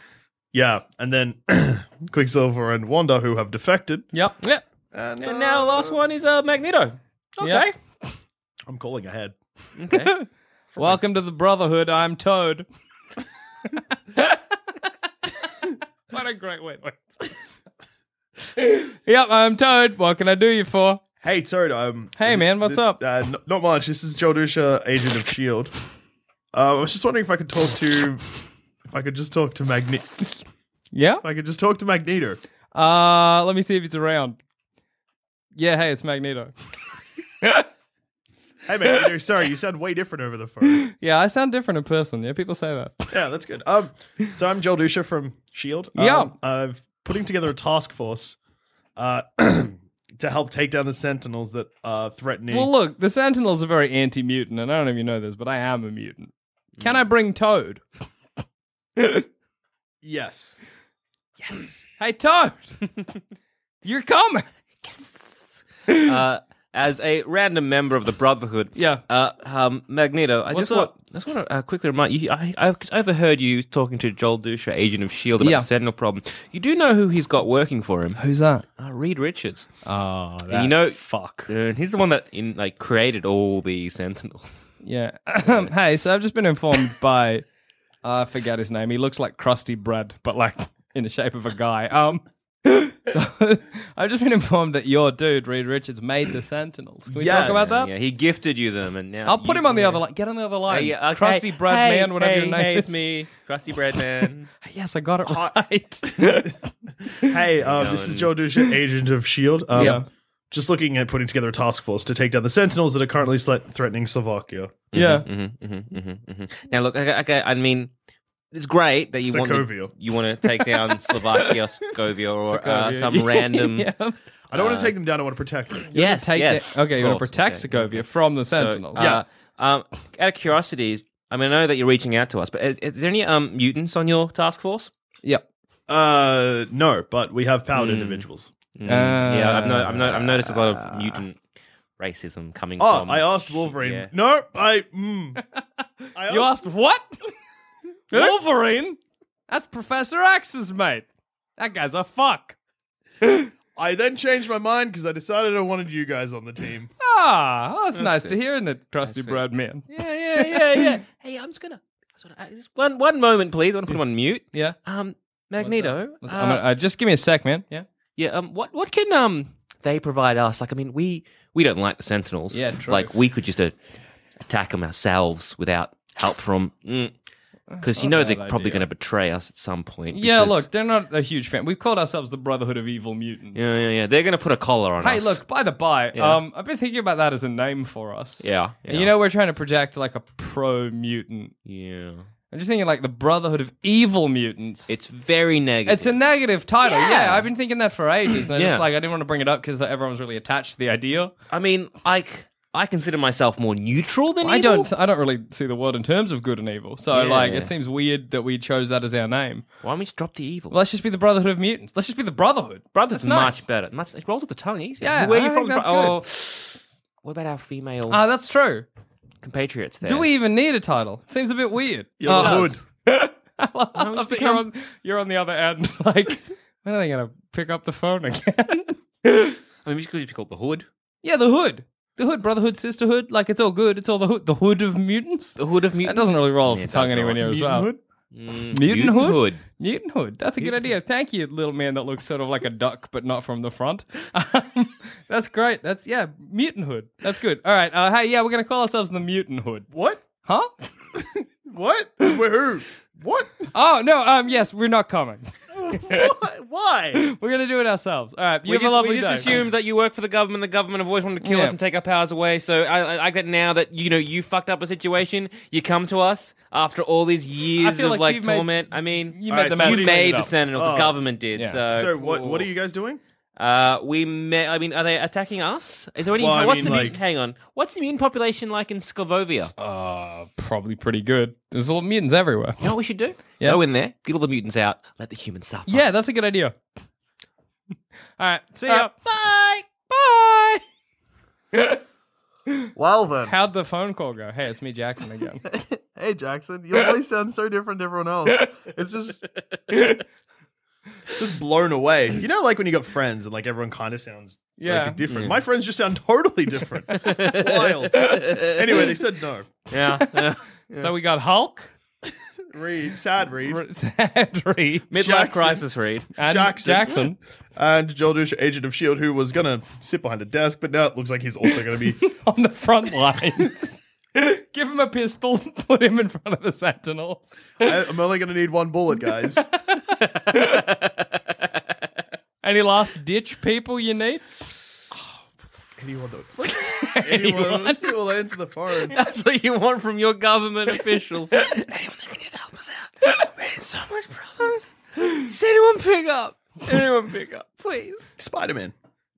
Speaker 3: Yeah, and then Quicksilver and Wanda, who have defected.
Speaker 4: Yep. Yep.
Speaker 3: And,
Speaker 5: And
Speaker 3: uh,
Speaker 5: now last one is uh, Magneto. Okay.
Speaker 3: I'm calling ahead.
Speaker 5: Okay.
Speaker 4: Welcome to the Brotherhood. I'm Toad. what a great way. Wait. yep, I'm Toad. What can I do you for?
Speaker 3: Hey, Toad. Um,
Speaker 4: Hey, man, what's
Speaker 3: this-
Speaker 4: up?
Speaker 3: Uh, n- not much. This is Joe Dusha, agent of Shield. Uh, I was just wondering if I could talk to, if I could just talk to Magne, if
Speaker 4: Yeah.
Speaker 3: I could just talk to Magneto.
Speaker 4: Uh, let me see if he's around. Yeah, hey, it's Magneto.
Speaker 3: Hey, man, you know, sorry, you sound way different over the phone.
Speaker 4: Yeah, I sound different in person. Yeah, people say that.
Speaker 3: Yeah, that's good. Um, so I'm Joel Dusha from Shield. Um,
Speaker 4: Yeah.
Speaker 3: I've putting together a task force, uh, to help take down the Sentinels that are threatening.
Speaker 4: Well, look, the Sentinels are very anti mutant, and I don't know if you know this, but I am a mutant. Can
Speaker 5: Mm.
Speaker 4: I bring Toad?
Speaker 3: yes.
Speaker 4: Hey, Toad! You're coming!
Speaker 5: uh, as a random member of the Brotherhood.
Speaker 4: Yeah.
Speaker 5: Uh, um, Magneto, I
Speaker 4: What's
Speaker 5: just want,
Speaker 4: up?
Speaker 5: I just want to uh, quickly remind you. I, I, 'cause I overheard you talking to Joel Dusha, agent of Shield, E about
Speaker 4: Yeah.
Speaker 5: the Sentinel problem. You do know who he's got working for him?
Speaker 4: Who's that?
Speaker 5: Uh, Reed Richards.
Speaker 4: Oh,
Speaker 5: And you know, fuck. And he's the one that in like created all the Sentinels.
Speaker 4: Yeah. Um, hey, so I've just been informed by I forget his name. He looks like crusty bread, but like in the shape of a guy. Um so, I've just been informed that your dude, Reed Richards, made the Sentinels. Can we
Speaker 3: Yes.
Speaker 4: talk about that?
Speaker 5: Yeah, he gifted you them, and now
Speaker 4: I'll put
Speaker 5: you-
Speaker 4: him on the other line. Get on the other line.
Speaker 5: Hey, yeah, okay.
Speaker 4: Crusty bread
Speaker 5: Hey,
Speaker 4: man, whatever
Speaker 5: hey,
Speaker 4: your name
Speaker 5: hey,
Speaker 4: is.
Speaker 5: it's me, crusty bread man.
Speaker 4: Yes, I got it right.
Speaker 5: uh,
Speaker 3: Hey, um, this is Joel Dusha, agent of Shield. Um,
Speaker 4: Yeah.
Speaker 3: Just looking at putting together a task force to take down the Sentinels that are currently sle- threatening Slovakia.
Speaker 4: Yeah.
Speaker 5: hmm hmm hmm hmm Now look, okay, okay, I mean, it's great that you
Speaker 3: Sokovia.
Speaker 5: want to, you want to take down Slovakia, Sokovia, or Uh,
Speaker 4: Sokovia.
Speaker 5: some random.
Speaker 4: Yeah.
Speaker 3: I don't want to take them down. I want to protect them.
Speaker 5: Yes,
Speaker 4: Take
Speaker 5: yes.
Speaker 4: the- okay,
Speaker 5: of
Speaker 4: you want to
Speaker 5: course,
Speaker 4: protect
Speaker 5: okay.
Speaker 4: Sokovia from the Sentinels.
Speaker 5: So, uh, Um, out of curiosity, is- I mean, I know that you're reaching out to us, but is, is there any um mutants on your task force?
Speaker 4: Yep.
Speaker 3: Uh, no, but we have powered individuals.
Speaker 5: Mm, yeah, I've, no, I've, no, I've noticed a lot of
Speaker 4: Uh,
Speaker 5: mutant racism coming
Speaker 3: Oh,
Speaker 5: from.
Speaker 3: I asked Wolverine.
Speaker 5: Yeah.
Speaker 3: No, I. Mm, I
Speaker 5: Uh,
Speaker 4: You asked what? Wolverine? That's Professor X's mate. That guy's a fuck.
Speaker 3: I then changed my mind because I decided I wanted you guys on the team.
Speaker 4: Ah, well, that's, nice to
Speaker 5: it.
Speaker 4: hear, isn't it, Krusty Bread Man?
Speaker 5: Yeah, yeah, yeah, yeah. hey, I'm just gonna. I just wanna- uh, Just one, one moment, please. I want to put him on mute.
Speaker 4: Yeah.
Speaker 5: Um, Magneto.
Speaker 4: Let's-
Speaker 5: uh,
Speaker 4: I'm gonna- uh, just give me a sec, man. Yeah.
Speaker 5: Yeah. Um. What What can um they provide us? Like, I mean, we we don't like the Sentinels.
Speaker 4: Yeah, true.
Speaker 5: Like, we could just uh, attack them ourselves without help from. Because you know
Speaker 4: not a
Speaker 5: they're
Speaker 4: bad
Speaker 5: probably
Speaker 4: idea.
Speaker 5: going to betray us at some point.
Speaker 4: Yeah,
Speaker 5: because-
Speaker 4: look, they're not a huge fan. We've called ourselves the Brotherhood of Evil Mutants.
Speaker 5: Yeah, yeah, yeah. They're going to put a collar on
Speaker 4: Hey,
Speaker 5: us.
Speaker 4: look, by the by,
Speaker 5: Yeah.
Speaker 4: um, I've been thinking about that as a name for us.
Speaker 5: Yeah. yeah
Speaker 4: And you know, we're trying to project like a pro mutant.
Speaker 5: Yeah.
Speaker 4: I'm just thinking like the Brotherhood of Evil Mutants.
Speaker 5: It's very negative.
Speaker 4: It's a negative title. Yeah,
Speaker 5: Yeah.
Speaker 4: I've been thinking that for ages. And I
Speaker 5: Yeah.
Speaker 4: just like I didn't want to bring it up because everyone was really attached to the idea.
Speaker 5: I mean, I. I consider myself more neutral than
Speaker 4: I
Speaker 5: evil.
Speaker 4: don't. I don't really see the world in terms of good and evil. So
Speaker 5: Yeah.
Speaker 4: like, it seems weird that we chose that as our name.
Speaker 5: Why don't we just drop the evil?
Speaker 4: Well, let's just be the Brotherhood of Mutants. Let's just be the Brotherhood.
Speaker 5: Brother's
Speaker 4: That's
Speaker 5: much
Speaker 4: nice.
Speaker 5: better. Much, it rolls with the tongue easier.
Speaker 4: Yeah,
Speaker 5: Where are you
Speaker 4: I
Speaker 5: from?
Speaker 4: think
Speaker 5: bro-
Speaker 4: that's
Speaker 5: Oh, what about our female
Speaker 4: Ah, that's true.
Speaker 5: compatriots there?
Speaker 4: Do we even need a title? It seems a bit weird.
Speaker 3: You're
Speaker 4: Oh,
Speaker 3: the
Speaker 4: I
Speaker 3: hood.
Speaker 4: love- I love that you're, on, you're on the other end. Like, when are they gonna pick up the phone again?
Speaker 5: I mean, we could just be called the Hood.
Speaker 4: yeah, the Hood. The Hood, Brotherhood, Sisterhood. Like, it's all good. It's all the Hood. The Hood of Mutants.
Speaker 5: The Hood of
Speaker 4: That
Speaker 5: Mutants.
Speaker 4: doesn't really roll off
Speaker 5: Yeah,
Speaker 4: the
Speaker 5: it
Speaker 4: tongue
Speaker 5: does
Speaker 4: anywhere
Speaker 5: not.
Speaker 4: near as
Speaker 3: Mutant
Speaker 4: well.
Speaker 3: Hood?
Speaker 5: Mm,
Speaker 4: Mutant Hood?
Speaker 5: Hood.
Speaker 4: Mutant Hood. That's a good idea. Thank you, little man that looks sort of like a duck, but not from the front. Um, that's great. That's, yeah, Mutant Hood. That's good. All right. Uh, hey, yeah, we're going to call ourselves the Mutant Hood.
Speaker 3: What?
Speaker 4: Huh?
Speaker 3: What? Wait, who? What?
Speaker 4: Oh, no. Um, Yes, we're not coming.
Speaker 3: Why? Why?
Speaker 4: We're going to do it ourselves. All right. You
Speaker 5: We
Speaker 4: have
Speaker 5: just,
Speaker 4: a lovely
Speaker 5: we just
Speaker 4: day.
Speaker 5: assumed that you work for the government. The government have always wanted to kill
Speaker 4: Yeah.
Speaker 5: us and take our powers away. So I, I, I get now that you know you fucked up a situation. You come to us after all these years
Speaker 4: feel
Speaker 5: of
Speaker 4: like
Speaker 5: like,
Speaker 4: you've made-
Speaker 5: torment. I mean,
Speaker 4: you
Speaker 3: All
Speaker 4: made
Speaker 3: right,
Speaker 4: the
Speaker 3: so
Speaker 4: mess.
Speaker 5: you
Speaker 3: messed
Speaker 5: made
Speaker 3: it
Speaker 5: the
Speaker 3: up.
Speaker 5: Sentinels.
Speaker 3: Oh.
Speaker 5: The government did.
Speaker 4: Yeah.
Speaker 5: So,
Speaker 3: So what? What are you guys doing?
Speaker 5: Uh, we may. I mean, are they attacking us? Is there any?
Speaker 3: Well, I
Speaker 5: what's
Speaker 3: mean,
Speaker 5: the
Speaker 3: like-
Speaker 5: mutant, hang on? What's the mutant population like in Sclavovia?
Speaker 4: Uh, probably pretty good. There's little mutants everywhere.
Speaker 5: You know what we should do?
Speaker 4: Yeah.
Speaker 5: Go in there, get all the mutants out, let the humans suffer.
Speaker 4: Yeah, that's a good idea. Uh, All right. See
Speaker 5: All
Speaker 4: ya.
Speaker 5: right, Uh, bye.
Speaker 4: Bye.
Speaker 3: Well then,
Speaker 4: How'd the phone call go? Hey, it's me, Jackson, again.
Speaker 3: hey Jackson, your voice sounds so different to everyone else. It's just just blown away. You know, like when you got friends and like everyone kind of sounds
Speaker 4: Yeah.
Speaker 3: like different. My friends just sound totally different. It's Wild. Anyway, they said no.
Speaker 5: Yeah. yeah.
Speaker 4: So we got Hulk,
Speaker 3: Reed, sad Reed,
Speaker 4: R- Sadri,
Speaker 5: Midlife
Speaker 3: Jackson.
Speaker 5: crisis read.
Speaker 4: and
Speaker 3: Jackson.
Speaker 4: Jackson.
Speaker 3: and Joel Dusha, agent of Shield, E who was gonna sit behind a desk, but now it looks like he's also gonna be
Speaker 4: on the front lines. Give him a pistol, put him in front of the Sentinels,
Speaker 3: I- I'm only going to need one bullet, guys.
Speaker 4: Any last ditch people you need?
Speaker 3: Anyone that anyone who will answer the phone.
Speaker 5: That's what you want from your government officials. Anyone that can just help us out. We're in so much problems. Does anyone pick up? Anyone pick up, please?
Speaker 3: Spider Man.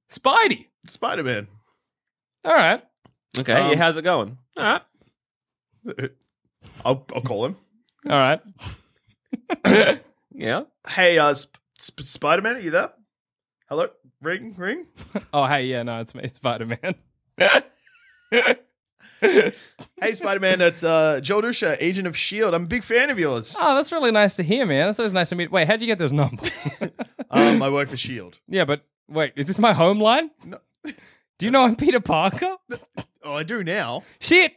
Speaker 4: Spidey.
Speaker 3: Spider Man.
Speaker 4: All right.
Speaker 5: Okay, yeah, how's it going? All right.
Speaker 3: I'll, I'll call him.
Speaker 4: All right.
Speaker 5: Yeah.
Speaker 3: Hey, uh, sp- sp- Spider Man, are you there? Hello? Ring, ring?
Speaker 4: Oh, hey, yeah, no, it's me, Spider Man.
Speaker 3: Hey, Spider Man, it's uh, Joe Dusha, agent of S.H.I.E.L.D. E I'm a big fan of yours.
Speaker 4: Oh, that's really nice to hear, man. That's always nice to meet. Wait, how'd you get this number?
Speaker 3: Um, I work for S.H.I.E.L.D.
Speaker 4: yeah, but wait, is this my home line?
Speaker 3: No.
Speaker 4: Do you know I'm Peter Parker?
Speaker 3: Oh, I do now.
Speaker 4: Shit!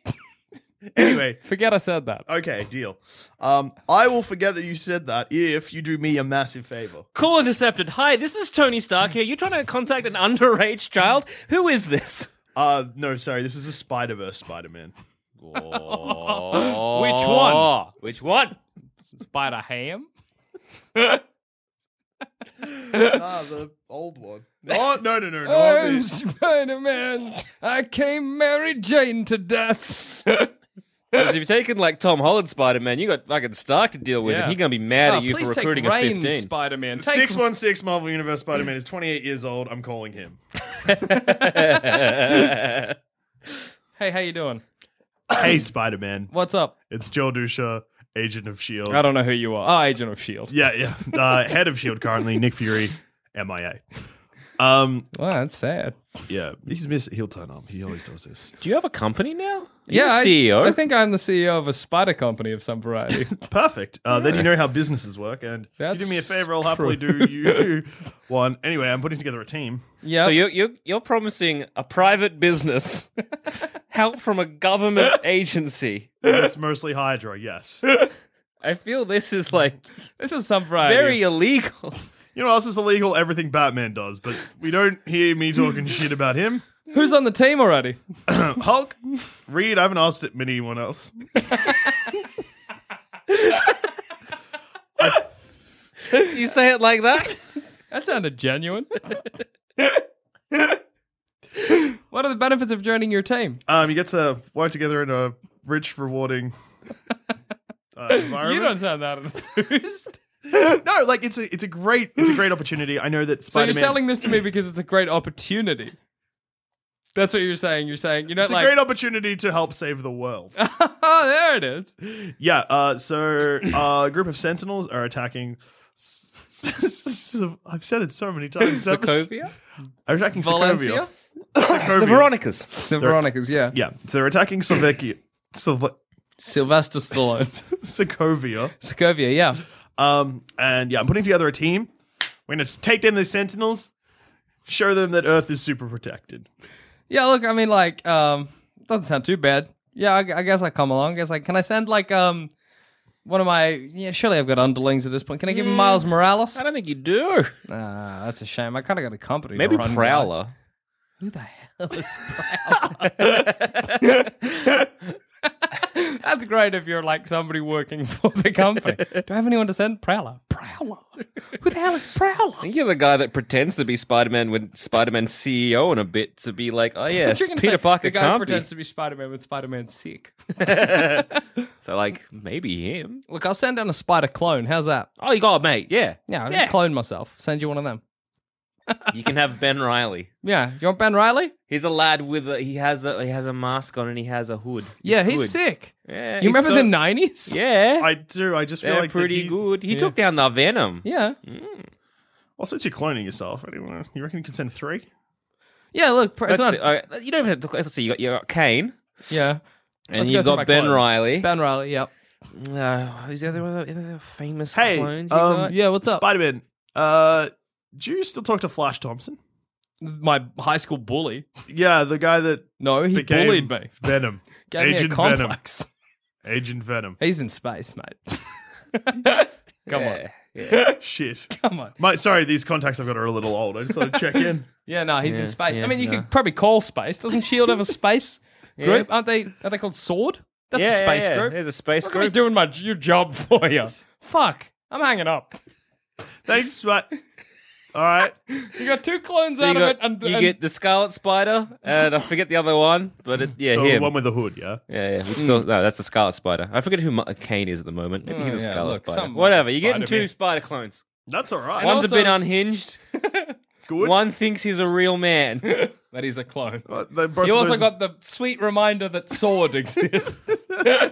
Speaker 3: Anyway,
Speaker 4: Forget I said that.
Speaker 3: okay, deal. Um, I will forget that you said that if you do me a massive favor.
Speaker 5: Call intercepted. Hi, this is Tony Stark here. You trying to contact an underage child? Who is this?
Speaker 3: Uh, no, sorry, this is a Spider Verse Spider Man.
Speaker 4: Which one?
Speaker 5: Which one?
Speaker 4: Spider Ham?
Speaker 3: ah, the old one. Oh, no, no, no, not
Speaker 4: I'm
Speaker 3: this.
Speaker 4: Spider Man. I came Mary Jane to death.
Speaker 5: Because if you're taking like Tom Holland Spider Man, you got fucking Stark to deal with,
Speaker 4: Yeah.
Speaker 5: and he's gonna be mad
Speaker 4: Oh,
Speaker 5: at you for
Speaker 4: please take
Speaker 5: recruiting a
Speaker 4: reign,
Speaker 5: 15.
Speaker 4: Spider Man.
Speaker 3: 616 Marvel Universe Spider Man is 28 years old. I'm calling him.
Speaker 4: Hey, how you doing?
Speaker 3: hey, Spider Man.
Speaker 4: What's up?
Speaker 3: It's Joe Dusha, agent of S.H.I.E.L.D.
Speaker 4: I don't know who you are. Oh, Agent of Shield.
Speaker 3: E Yeah, yeah. Uh, head of Shield currently, Nick Fury, MIA. Um,
Speaker 4: Wow, that's sad.
Speaker 3: yeah, he's miss. He'll turn up. He always does this.
Speaker 5: Do you have a company now? Are
Speaker 4: yeah, I-
Speaker 5: you the E CEO.
Speaker 4: I, think I'm the CEO of a spider company of some variety.
Speaker 3: Perfect. Uh, Then you know how businesses work, and if you do
Speaker 4: That's
Speaker 3: me a favor, I'll happily do
Speaker 4: true.
Speaker 3: you one. Anyway, I'm putting together a team.
Speaker 4: yeah.
Speaker 5: So you're, you're you're promising a private business help from a government agency.
Speaker 3: And it's mostly Hydra. Yes.
Speaker 5: I feel this is like
Speaker 4: this is some variety.
Speaker 5: very
Speaker 4: of-
Speaker 5: illegal.
Speaker 3: You know, what else is illegal. Everything Batman does, but we don't hear me talking shit about him.
Speaker 4: Who's on the team already?
Speaker 3: Hulk, Reed. I haven't asked it anyone else.
Speaker 5: You say it like that?
Speaker 4: That sounded genuine. what are the benefits of joining your team?
Speaker 3: Um, you get to work together in a rich, rewarding uh, environment.
Speaker 4: You don't sound that enthused.
Speaker 3: No, like it's a it's a great it's a great opportunity. I know that
Speaker 4: so
Speaker 3: Spider-Man.
Speaker 4: you're selling this to me because it's a great opportunity. That's what you're saying. You're saying you know,
Speaker 3: it's
Speaker 4: like
Speaker 3: a great opportunity to help save the world.
Speaker 4: oh, there it is.
Speaker 3: yeah. Uh, so uh, a group of Sentinels are attacking. S- I've said it so many times.
Speaker 4: Sokovia,
Speaker 3: Are attacking
Speaker 4: Valencia,
Speaker 3: Sokovia. Sokovia.
Speaker 5: The Veronicas.
Speaker 4: the Veronicas, yeah.
Speaker 3: Yeah. So they're attacking Slovakia. Slo-
Speaker 4: Sylvester Stallone,
Speaker 3: Sokovia.
Speaker 4: Sokovia, yeah.
Speaker 3: Um, and yeah, I'm putting together a team. We're gonna take down the Sentinels. Show them that Earth is super protected.
Speaker 4: Yeah, look, I mean, like, um, doesn't sound too bad. Yeah, I, I guess I come along. I guess like, can I send like um one of my? Yeah, surely I've got underlings at this point. Can I give him Miles Morales?
Speaker 5: I don't think you do.
Speaker 4: Ah, that's a shame. I kind of got a company. to
Speaker 5: Maybe
Speaker 4: run,
Speaker 5: Prowler.
Speaker 4: but- Who the hell is Prowler? that's great if you're like somebody working for the company. Do I have anyone to send Prowler? Prowler. Who the hell is Prowler?
Speaker 5: I think you're the guy that pretends to be Spider Man with Spider Man CEO in E a bit to be like, oh yeah,
Speaker 4: What you gonna
Speaker 5: Peter
Speaker 4: say?
Speaker 5: Parker
Speaker 4: The guy
Speaker 5: can't
Speaker 4: who pretends
Speaker 5: be.
Speaker 4: to be Spider-Man when Spider-Man's sick.
Speaker 5: So like maybe him.
Speaker 4: Look, I'll send down a spider clone. How's that?
Speaker 5: Oh, you got it, mate. Yeah,
Speaker 4: Yeah, I'll just clone myself. Send you one of them.
Speaker 5: you can have Ben Riley.
Speaker 4: Yeah. Do you want Ben Riley?
Speaker 5: He's a lad with a, he has a he has a mask on and he has a hood.
Speaker 4: yeah, he's
Speaker 5: good.
Speaker 4: sick.
Speaker 5: Yeah,
Speaker 4: You
Speaker 5: he's
Speaker 4: remember
Speaker 5: so-
Speaker 4: the nineties?
Speaker 5: Yeah,
Speaker 3: I do. I just feel
Speaker 5: they're
Speaker 3: like that
Speaker 5: pretty
Speaker 3: he-
Speaker 5: good. He took down the Venom.
Speaker 4: Yeah.
Speaker 3: Well, since you're cloning yourself, anyone, you reckon you can send three?
Speaker 4: Yeah, look, pr- it's
Speaker 5: Let's
Speaker 4: not
Speaker 5: see, alright, you don't have to. Let's see. You got, you got Kane,
Speaker 4: Yeah.
Speaker 5: and
Speaker 4: Let's go
Speaker 5: you've
Speaker 4: through my
Speaker 5: got Ben
Speaker 4: clones.
Speaker 5: Riley.
Speaker 4: Ben Riley, yep.
Speaker 5: Uh, who's the other, one of the- the other famous
Speaker 3: Hey,
Speaker 5: clones? you
Speaker 3: um,
Speaker 5: got?
Speaker 4: Yeah, what's up?
Speaker 3: Spider Man. Uh, do you still talk to Flash Thompson?
Speaker 4: My high school bully.
Speaker 3: Yeah, the guy that
Speaker 4: No, he
Speaker 3: became
Speaker 4: bullied me.
Speaker 3: Venom.
Speaker 4: Gave me a
Speaker 3: Agent Venom.
Speaker 4: complex.
Speaker 3: Agent Venom.
Speaker 4: He's in space, mate. come on.
Speaker 3: Shit.
Speaker 4: Come on.
Speaker 3: My, sorry, these contacts I've got are a little old. I just thought I'd check in.
Speaker 4: Yeah, no, he's
Speaker 5: Yeah,
Speaker 4: in space.
Speaker 5: yeah,
Speaker 4: I mean, you
Speaker 5: no.
Speaker 4: could probably call space. Doesn't Shield E have a space group? Aren't they? Are they called Sword? That's
Speaker 5: yeah,
Speaker 4: a space
Speaker 5: yeah, yeah.
Speaker 4: group.
Speaker 5: There's a space
Speaker 4: What am I
Speaker 5: group.
Speaker 4: doing my your job for you? Fuck. I'm hanging up.
Speaker 3: Thanks, but All right.
Speaker 4: You got two clones
Speaker 5: So
Speaker 4: out
Speaker 5: you,
Speaker 4: of
Speaker 5: got,
Speaker 4: it, and,
Speaker 5: you
Speaker 4: and-
Speaker 5: get the Scarlet Spider, and I forget the other one, but it, yeah,
Speaker 3: The
Speaker 5: him.
Speaker 3: Oh, one with the hood, yeah.
Speaker 5: yeah, yeah. we saw- no, that's the Scarlet Spider. I forget who Ma- uh, Kane is at the moment. Maybe
Speaker 4: Hmm. Oh,
Speaker 5: he's a
Speaker 4: yeah,
Speaker 5: Scarlet
Speaker 4: look,
Speaker 5: Spider.
Speaker 4: some
Speaker 5: Whatever. You're getting
Speaker 4: Spider-Man.
Speaker 5: two Spider clones.
Speaker 3: That's all right.
Speaker 5: One's
Speaker 4: also-
Speaker 5: a bit unhinged.
Speaker 3: Good.
Speaker 5: One thinks he's a real man.
Speaker 4: that he's a clone.
Speaker 3: Uh, they both
Speaker 4: You also
Speaker 3: lose-
Speaker 4: got the sweet reminder that sword exists. like,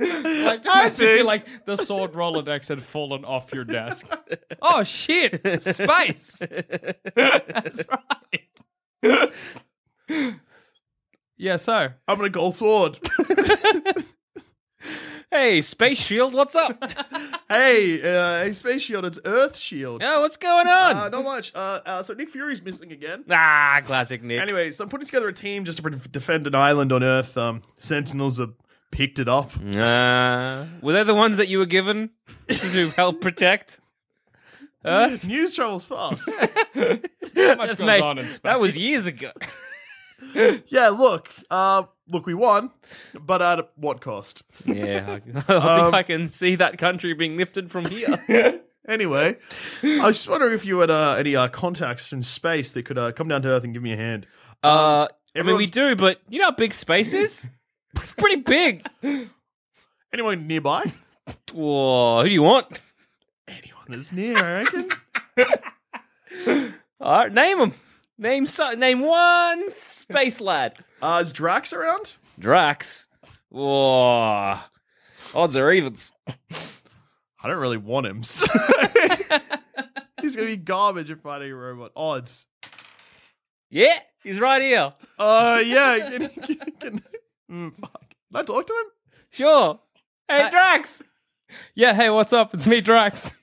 Speaker 3: I
Speaker 4: imagine if you,
Speaker 3: did.
Speaker 4: like the sword Rolodex had fallen off your desk. oh shit! Space. That's right. yeah. So
Speaker 3: I'm gonna gold sword.
Speaker 5: hey, Space Shield, what's up?
Speaker 3: hey, uh, hey, Space Shield, it's Earth Shield.
Speaker 5: yeah, what's going on?
Speaker 3: Uh, not much. Uh, uh, so Nick Fury's missing again.
Speaker 5: ah, classic Nick.
Speaker 3: Anyway, so I'm putting together a team just to pre- defend an island on Earth. Um, Sentinels have picked it up.
Speaker 5: Uh, were they the ones that you were given to help protect?
Speaker 3: News travels fast.
Speaker 4: much goes
Speaker 5: Mate,
Speaker 4: on in space.
Speaker 5: that was years ago.
Speaker 3: yeah, look, uh, look, we won, but at what cost?
Speaker 5: yeah, I, I think I can see that country being lifted from here.
Speaker 3: Anyway, I was just wondering if you had uh, any uh, contacts in space that could uh, come down to Earth and give me a hand.
Speaker 5: Uh, I mean, we
Speaker 3: everyone's-
Speaker 5: do, but you know how big space is? It's pretty big.
Speaker 3: Anyone nearby?
Speaker 5: Whoa, who do you want?
Speaker 3: Anyone that's near, I reckon.
Speaker 5: All right, name them. Name so- name one space lad.
Speaker 3: Uh, is Drax around?
Speaker 5: Drax. Whoa. Odds are evens.
Speaker 3: I don't really want him. so- He's gonna be garbage at fighting a robot. Odds.
Speaker 5: Yeah, he's right here.
Speaker 3: Uh, yeah. Can, can, can, mm, fuck. Can I talk to him?
Speaker 5: Sure. Hey,
Speaker 4: Hi.
Speaker 5: Drax.
Speaker 4: yeah. Hey, what's up? It's me, Drax.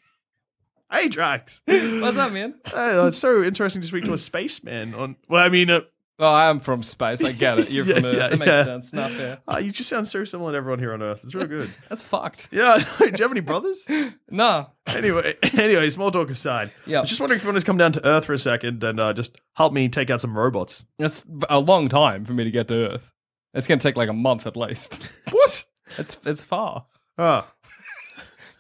Speaker 3: Hey, Drax.
Speaker 4: What's up, man?
Speaker 3: Uh, it's so interesting to speak to a spaceman. On well, I mean, uh,
Speaker 4: Oh, I am from space. I get it. You're
Speaker 3: Yeah,
Speaker 4: from Earth.
Speaker 3: yeah,
Speaker 4: that makes
Speaker 3: yeah.
Speaker 4: sense. Not fair.
Speaker 3: uh, you just sound so similar to everyone here on Earth. It's real good.
Speaker 4: That's fucked.
Speaker 3: Yeah. Do you have any brothers?
Speaker 4: No.
Speaker 3: Anyway, anyway, small talk aside.
Speaker 4: Yeah.
Speaker 3: I was just wondering if you want to come down to Earth for a second and uh, just help me take out some robots.
Speaker 4: It's a long time for me to get to Earth. It's going to take like a month at least.
Speaker 3: What?
Speaker 4: It's it's far.
Speaker 3: Ah,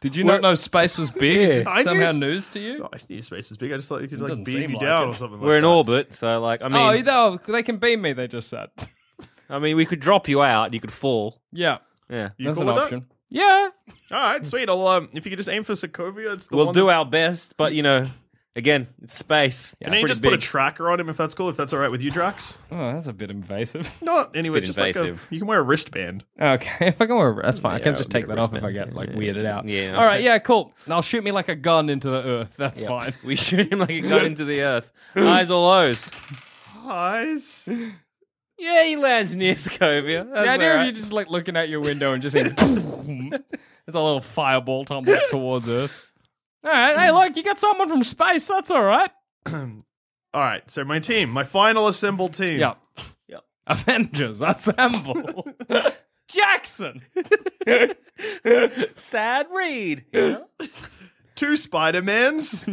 Speaker 4: Did you not know space was big? Is this
Speaker 3: I knew
Speaker 4: somehow
Speaker 3: s-
Speaker 4: news to you?
Speaker 3: oh, I knew space is big. I just thought you could like
Speaker 4: doesn't
Speaker 3: beam
Speaker 4: seem
Speaker 3: me
Speaker 4: like
Speaker 3: down
Speaker 4: it.
Speaker 3: or something.
Speaker 5: We're
Speaker 3: like
Speaker 5: in
Speaker 3: that.
Speaker 5: orbit, so like I
Speaker 4: oh,
Speaker 5: mean,
Speaker 4: no, they can beam me. They just said.
Speaker 5: I mean, we could drop you out. You could fall.
Speaker 4: Yeah,
Speaker 5: Yeah,
Speaker 3: You
Speaker 4: that's
Speaker 3: cool
Speaker 4: an
Speaker 3: with that?
Speaker 4: option. Yeah,
Speaker 3: All right, sweet. I'll, um, if you could just aim for Sokovia, it's the
Speaker 5: we'll
Speaker 3: one
Speaker 5: do
Speaker 3: that's-
Speaker 5: our best, but you know, again, it's space. It's
Speaker 3: And then you
Speaker 5: pretty
Speaker 3: just
Speaker 5: big.
Speaker 3: put a tracker on him if that's cool. If that's all right with you, Drax.
Speaker 4: oh, that's a bit invasive.
Speaker 3: Not anyway.
Speaker 5: bit
Speaker 3: Just like
Speaker 5: invasive.
Speaker 3: a, you can wear a wristband.
Speaker 4: Okay, if I can wear, that's fine. I
Speaker 5: Yeah,
Speaker 4: can just
Speaker 5: a
Speaker 4: take
Speaker 5: bit
Speaker 4: that
Speaker 5: of
Speaker 4: off if I
Speaker 5: wristband.
Speaker 4: get like weirded out.
Speaker 5: Yeah.
Speaker 4: All right. Yeah. Cool. Now shoot me like a gun into the Earth. That's
Speaker 5: Yeah.
Speaker 4: fine.
Speaker 5: We shoot him like it got into the earth. Eyes or lows.
Speaker 3: Eyes.
Speaker 5: Yeah, he lands near Scovia. That's
Speaker 4: the idea
Speaker 5: all
Speaker 4: of you
Speaker 5: right.
Speaker 4: just like looking out your window and just hearing boom, there's a little fireball tumbles towards Earth. All right, hey, look, you got someone from space. That's all right.
Speaker 3: All right. So my team, my final assembled team.
Speaker 4: Yep. Avengers assemble. Jackson.
Speaker 5: sad read. Yeah.
Speaker 3: Two Spider Mans.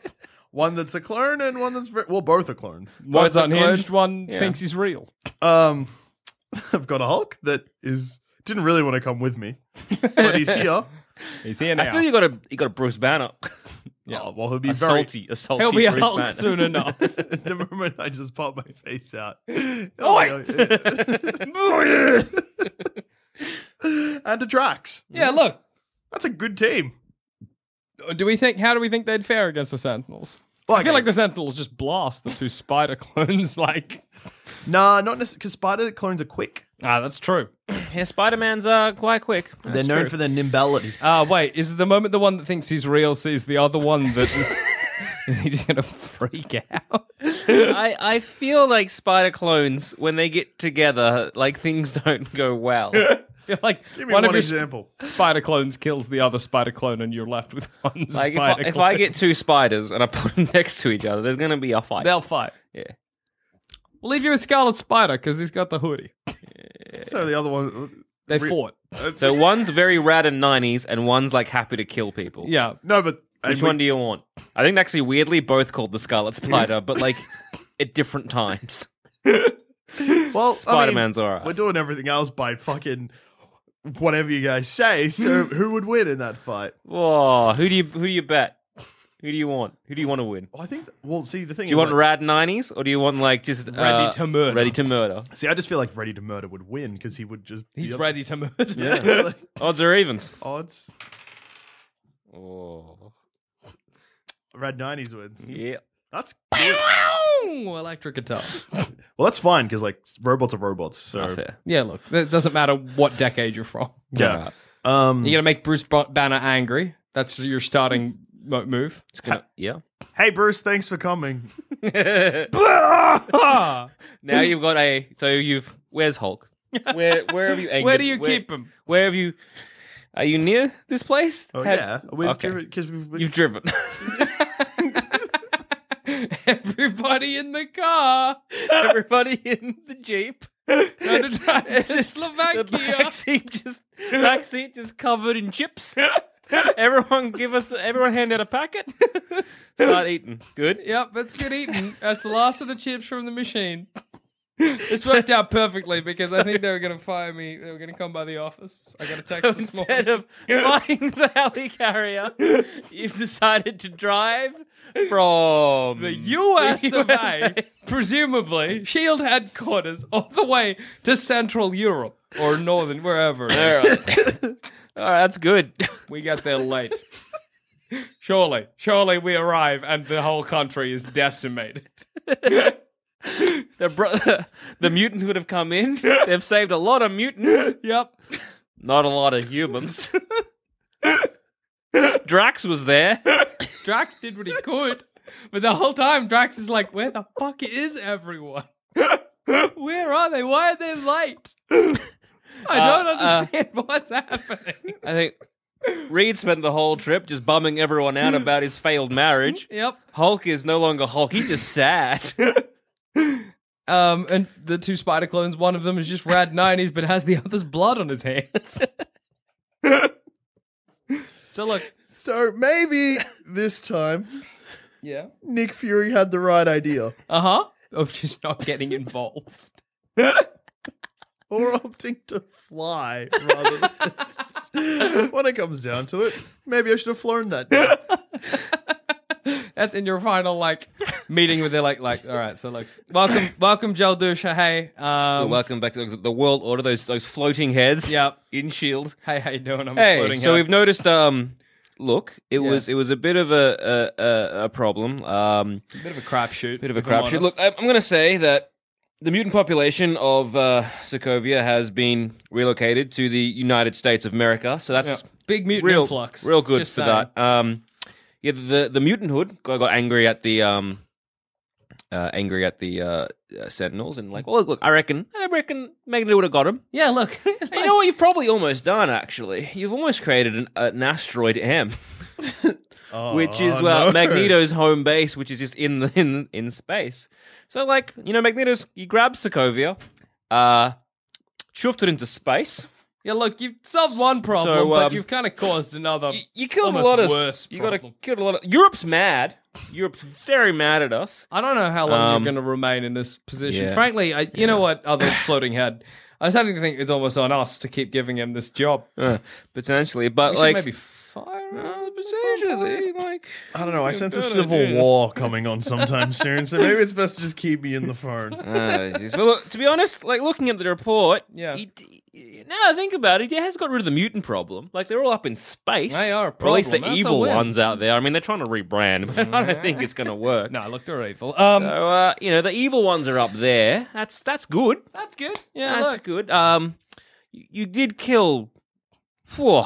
Speaker 3: One that's a clone and one that's ver- well, both are clones.
Speaker 4: One's
Speaker 5: are
Speaker 4: unhinged.
Speaker 5: clones.
Speaker 4: One
Speaker 5: Yeah.
Speaker 4: thinks he's real.
Speaker 3: Um, I've got a Hulk that is didn't really want to come with me, but he's here.
Speaker 4: He's here
Speaker 5: I
Speaker 4: now.
Speaker 5: feel you got a you got a Bruce Banner.
Speaker 3: Oh, well, he'll be
Speaker 5: a
Speaker 3: very.
Speaker 5: salty, a salty
Speaker 4: He'll be a
Speaker 5: Bruce
Speaker 4: Hulk
Speaker 5: Banner.
Speaker 4: soon enough.
Speaker 3: the moment I just pop my face out.
Speaker 4: Oi!
Speaker 3: and a Drax.
Speaker 4: yeah, look.
Speaker 3: That's a good team.
Speaker 4: Do we think? How do we think they'd fare against the Sentinels? I feel like the Sentinels just blast the two spider clones. Like,
Speaker 3: Nah, not necessarily because spider clones are quick.
Speaker 4: ah, that's true.
Speaker 5: Yeah, Spider Man's uh, quite quick. That's true.
Speaker 3: their nimbality.
Speaker 4: Ah, wait, is the moment the one that thinks he's real sees the other one that he's gonna freak out?
Speaker 5: I, I feel like spider clones when they get together, like things don't go well.
Speaker 4: I feel like
Speaker 3: Give me
Speaker 4: one,
Speaker 3: one,
Speaker 4: of your sp-
Speaker 3: example.
Speaker 4: spider clones kills the other spider clone, and you're left with one
Speaker 5: Like if I,
Speaker 4: spider
Speaker 5: if
Speaker 4: clone.
Speaker 5: I get two spiders and I put them next to each other, there's gonna be a fight.
Speaker 4: they'll fight.
Speaker 5: Yeah.
Speaker 4: We'll leave you with Scarlet Spider because he's got the hoodie.
Speaker 3: So the other one. uh,
Speaker 4: They
Speaker 3: Re-
Speaker 4: fought.
Speaker 5: So one's very rad and nineties, and one's like happy to kill people.
Speaker 4: Yeah,
Speaker 3: No, but
Speaker 5: Which one do you want? I think actually weirdly both called the Scarlet Spider, but like at different times.
Speaker 3: Well,
Speaker 5: Spider Man's alright.
Speaker 3: We're doing everything else by fucking whatever you guys say. So who would win in that fight?
Speaker 5: Whoa, who do you who do you bet? Who do you want? Who do you want to win?
Speaker 3: Well, I think. Well, see, the thing.
Speaker 5: Do you
Speaker 3: is,
Speaker 5: want
Speaker 3: like-
Speaker 5: rad nineties, or do you want like just uh,
Speaker 4: Ready to murder.
Speaker 5: Ready to murder.
Speaker 3: See, I just feel like Ready to Murder would win because he would just.
Speaker 4: He's
Speaker 3: the other-
Speaker 4: ready to murder.
Speaker 3: Yeah.
Speaker 5: Odds or evens?
Speaker 3: Odds.
Speaker 5: Oh,
Speaker 3: Red nineties wins.
Speaker 5: yeah.
Speaker 3: That's
Speaker 4: Ow! Electric guitar.
Speaker 3: well. That's fine because like robots are robots. So
Speaker 5: Not fair.
Speaker 4: Yeah, look, it doesn't matter what decade you're from.
Speaker 3: yeah. Um.
Speaker 4: You're gonna make Bruce Ba- Banner angry. That's your starting mo- move.
Speaker 5: It's gonna, yeah.
Speaker 3: Hey Bruce, thanks for coming.
Speaker 5: Now you've got a. So you've. Where's Hulk? Where Where have you? Angered?
Speaker 4: Where do you keep him?
Speaker 5: Where have you? Are you near this place?
Speaker 3: Oh
Speaker 5: Have-
Speaker 3: yeah, we've
Speaker 5: okay.
Speaker 3: because we've,
Speaker 5: You've driven.
Speaker 4: Everybody in the car.
Speaker 5: Everybody in the jeep.
Speaker 4: Gonna drive
Speaker 5: It's
Speaker 4: to
Speaker 5: just
Speaker 4: Slovakia.
Speaker 5: The back seat just back seat just covered in chips. everyone give us everyone hand out a packet. Start eating. Good.
Speaker 4: Yep, that's good eating. That's the last of the chips from the machine. This worked out perfectly because I think they were going to fire me. They were going to come by the office. I got a text
Speaker 5: So
Speaker 4: this
Speaker 5: instead
Speaker 4: morning.
Speaker 5: of flying the helicarrier, you've decided to drive from
Speaker 4: the US of A, presumably, Shield E headquarters all the way to Central Europe or Northern, wherever. it is.
Speaker 5: All right, that's good.
Speaker 4: We get there late. Surely, surely we arrive and the whole country is decimated.
Speaker 5: The bro- the mutant would have come in. They've saved a lot of mutants,
Speaker 4: Yep.
Speaker 5: not a lot of humans. Drax was there.
Speaker 4: Drax did what he could, but the whole time Drax is like, "Where the fuck is everyone? Where are they? Why are they late? I don't
Speaker 5: Uh, uh,
Speaker 4: understand what's happening."
Speaker 5: I think Reed spent the whole trip just bumming everyone out about his failed marriage.
Speaker 4: Yep.
Speaker 5: Hulk is no longer Hulk. He's just sad.
Speaker 4: Um, and the two spider clones, one of them is just rad nineties, but has the other's blood on his hands. so look,
Speaker 3: so maybe this time
Speaker 4: yeah,
Speaker 3: Nick Fury had the right idea,
Speaker 4: uh huh, of just not getting involved.
Speaker 3: or opting to fly rather. than... when it comes down to it, maybe I should have flown that day.
Speaker 4: That's in your final like meeting with their like like. All right, so like, welcome, welcome, Joel Dusha. Hey, um,
Speaker 5: Welcome back to the World Order. Those those floating heads.
Speaker 4: Yep.
Speaker 5: In shield.
Speaker 4: Hey, how you doing? I'm
Speaker 5: Hey,
Speaker 4: floating
Speaker 5: so
Speaker 4: out.
Speaker 5: we've noticed. Um, look, it
Speaker 4: Yeah.
Speaker 5: was it was a bit of a a, a, a problem. Um,
Speaker 4: bit of a crapshoot.
Speaker 5: bit of a crapshoot. Look, I'm, I'm going to say that the mutant population of uh, Sokovia has been relocated to the United States of America. So that's
Speaker 4: big mutant
Speaker 5: real,
Speaker 4: influx.
Speaker 5: real good
Speaker 4: Just
Speaker 5: for
Speaker 4: saying.
Speaker 5: that. Um, yeah, the the mutanthood got, got angry at the um, uh, angry at the uh, uh, Sentinels and like, well, look, look, I reckon, I reckon Magneto would have got him.
Speaker 4: Yeah, look.
Speaker 5: And you know what? You've probably almost done. Actually, you've almost created an, an asteroid M,
Speaker 4: Oh,
Speaker 5: which is well
Speaker 3: no.
Speaker 5: Magneto's home base, which is just in the in in space. So, like you know, Magneto's he grabs Sokovia, uh, chuffed it into space.
Speaker 4: yeah, look. You've solved one problem,
Speaker 5: So,
Speaker 4: but
Speaker 5: um,
Speaker 4: you've kind of caused another.
Speaker 5: You, you killed
Speaker 4: almost
Speaker 5: a lot of.
Speaker 4: worse
Speaker 5: you got to
Speaker 4: problem.
Speaker 5: killed a lot of. Europe's mad. Europe's very mad at us.
Speaker 4: I don't know how long
Speaker 5: Um,
Speaker 4: you're going to remain in this position.
Speaker 5: yeah.
Speaker 4: Frankly, I, you know what? Other floating head. I was starting to think it's almost on us to keep giving him this job.
Speaker 5: Uh, potentially, but
Speaker 4: We should
Speaker 5: like
Speaker 4: maybe fire him.
Speaker 5: uh,
Speaker 4: at some point.
Speaker 5: potentially, like
Speaker 3: I don't know. Oh, I sense a
Speaker 4: good
Speaker 3: civil
Speaker 4: idea.
Speaker 3: war coming on sometime soon, so maybe it's best to just keep me in the phone.
Speaker 5: Ah, jeez. but look, to be honest, like looking at the report,
Speaker 4: Yeah.
Speaker 5: he- he- now I think about it, he has got rid of the mutant problem. Like they're all up in space.
Speaker 4: They are a
Speaker 5: Or at least the
Speaker 4: problem. That's a
Speaker 5: evil
Speaker 4: win.
Speaker 5: ones out there. I mean, they're trying to rebrand, but I don't think it's going to work.
Speaker 4: No, look, they're evil. Um,
Speaker 5: So uh, you know, the evil ones are up there. That's that's good.
Speaker 4: that's good. Yeah,
Speaker 5: that's
Speaker 4: look,
Speaker 5: good. Um, you, you did kill. Whew,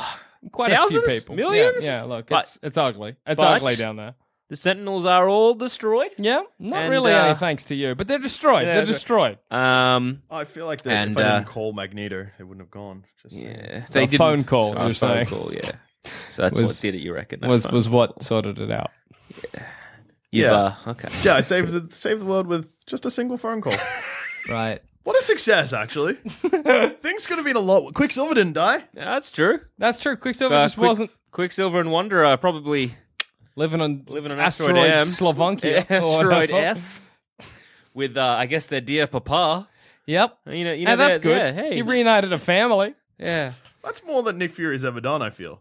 Speaker 4: quite
Speaker 5: thousands?
Speaker 4: a few people. Yeah,
Speaker 5: Millions?
Speaker 4: Yeah, look,
Speaker 5: But-
Speaker 4: it's it's ugly. It's
Speaker 5: but-
Speaker 4: ugly down there.
Speaker 5: the Sentinels are all destroyed.
Speaker 4: Yeah, not
Speaker 5: And,
Speaker 4: really any
Speaker 5: uh,
Speaker 4: thanks to you, but they're destroyed.
Speaker 5: Yeah,
Speaker 4: they're
Speaker 5: that's right.
Speaker 4: destroyed.
Speaker 5: Um,
Speaker 3: I feel like that
Speaker 5: And,
Speaker 3: if I
Speaker 5: uh,
Speaker 3: didn't call Magneto, it wouldn't have gone. Just saying.
Speaker 5: yeah,
Speaker 4: a
Speaker 5: didn't-
Speaker 4: phone call,
Speaker 5: So
Speaker 4: you're
Speaker 5: a phone
Speaker 4: saying.
Speaker 5: call, yeah. So that's
Speaker 4: Was-
Speaker 5: what did it. You reckon? that
Speaker 4: was
Speaker 5: phone
Speaker 4: was what
Speaker 5: call.
Speaker 4: sorted it out.
Speaker 5: You've,
Speaker 3: Yeah.
Speaker 5: uh, okay.
Speaker 3: Yeah, I saved the saved the world with just a single phone call.
Speaker 4: Right.
Speaker 3: What a success, actually. Things could have been a lot. Quicksilver didn't die.
Speaker 5: Yeah, that's true.
Speaker 4: That's true. Quicksilver
Speaker 5: Uh,
Speaker 4: just
Speaker 5: Quick-
Speaker 4: wasn't
Speaker 5: Quicksilver and Wanderer probably
Speaker 4: living on
Speaker 5: living on
Speaker 4: asteroid,
Speaker 5: asteroid, M,
Speaker 4: Slovankia. or
Speaker 5: asteroid
Speaker 4: whatever.
Speaker 5: S, with uh, I guess their dear papa.
Speaker 4: Yep.
Speaker 5: You know, you know
Speaker 4: And that's
Speaker 5: they're-
Speaker 4: good.
Speaker 5: Yeah, hey,
Speaker 4: He reunited a family.
Speaker 5: yeah.
Speaker 3: That's more than Nick Fury's ever done, I feel.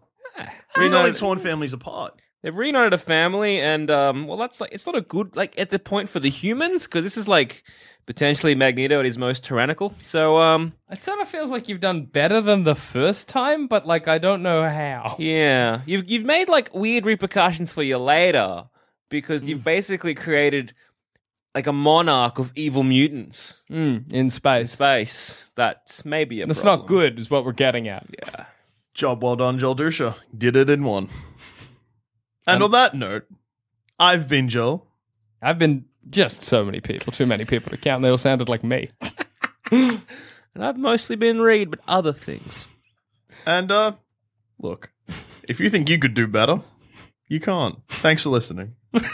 Speaker 3: He's only torn families apart.
Speaker 5: They've reunited a family, and um, well, that's like it's not a good like at the point for the humans because this is like potentially Magneto at his most tyrannical. So um,
Speaker 4: It sort of feels like you've done better than the first time, but like I don't know how.
Speaker 5: yeah, you've you've made like weird repercussions for you later because
Speaker 4: Hmm.
Speaker 5: you've basically created like a monarch of evil mutants
Speaker 4: Hmm, in space.
Speaker 5: space. That's maybe a.
Speaker 4: That's
Speaker 5: problem.
Speaker 4: not good, is what we're getting at.
Speaker 3: Job well done, Joel Dusha. Did it in one. And on that note, I've been Joel.
Speaker 4: I've been just so many people, too many people to count. They all sounded like me.
Speaker 5: And I've mostly been read, but other things.
Speaker 3: And uh look, if you think you could do better, you can't. Thanks for listening.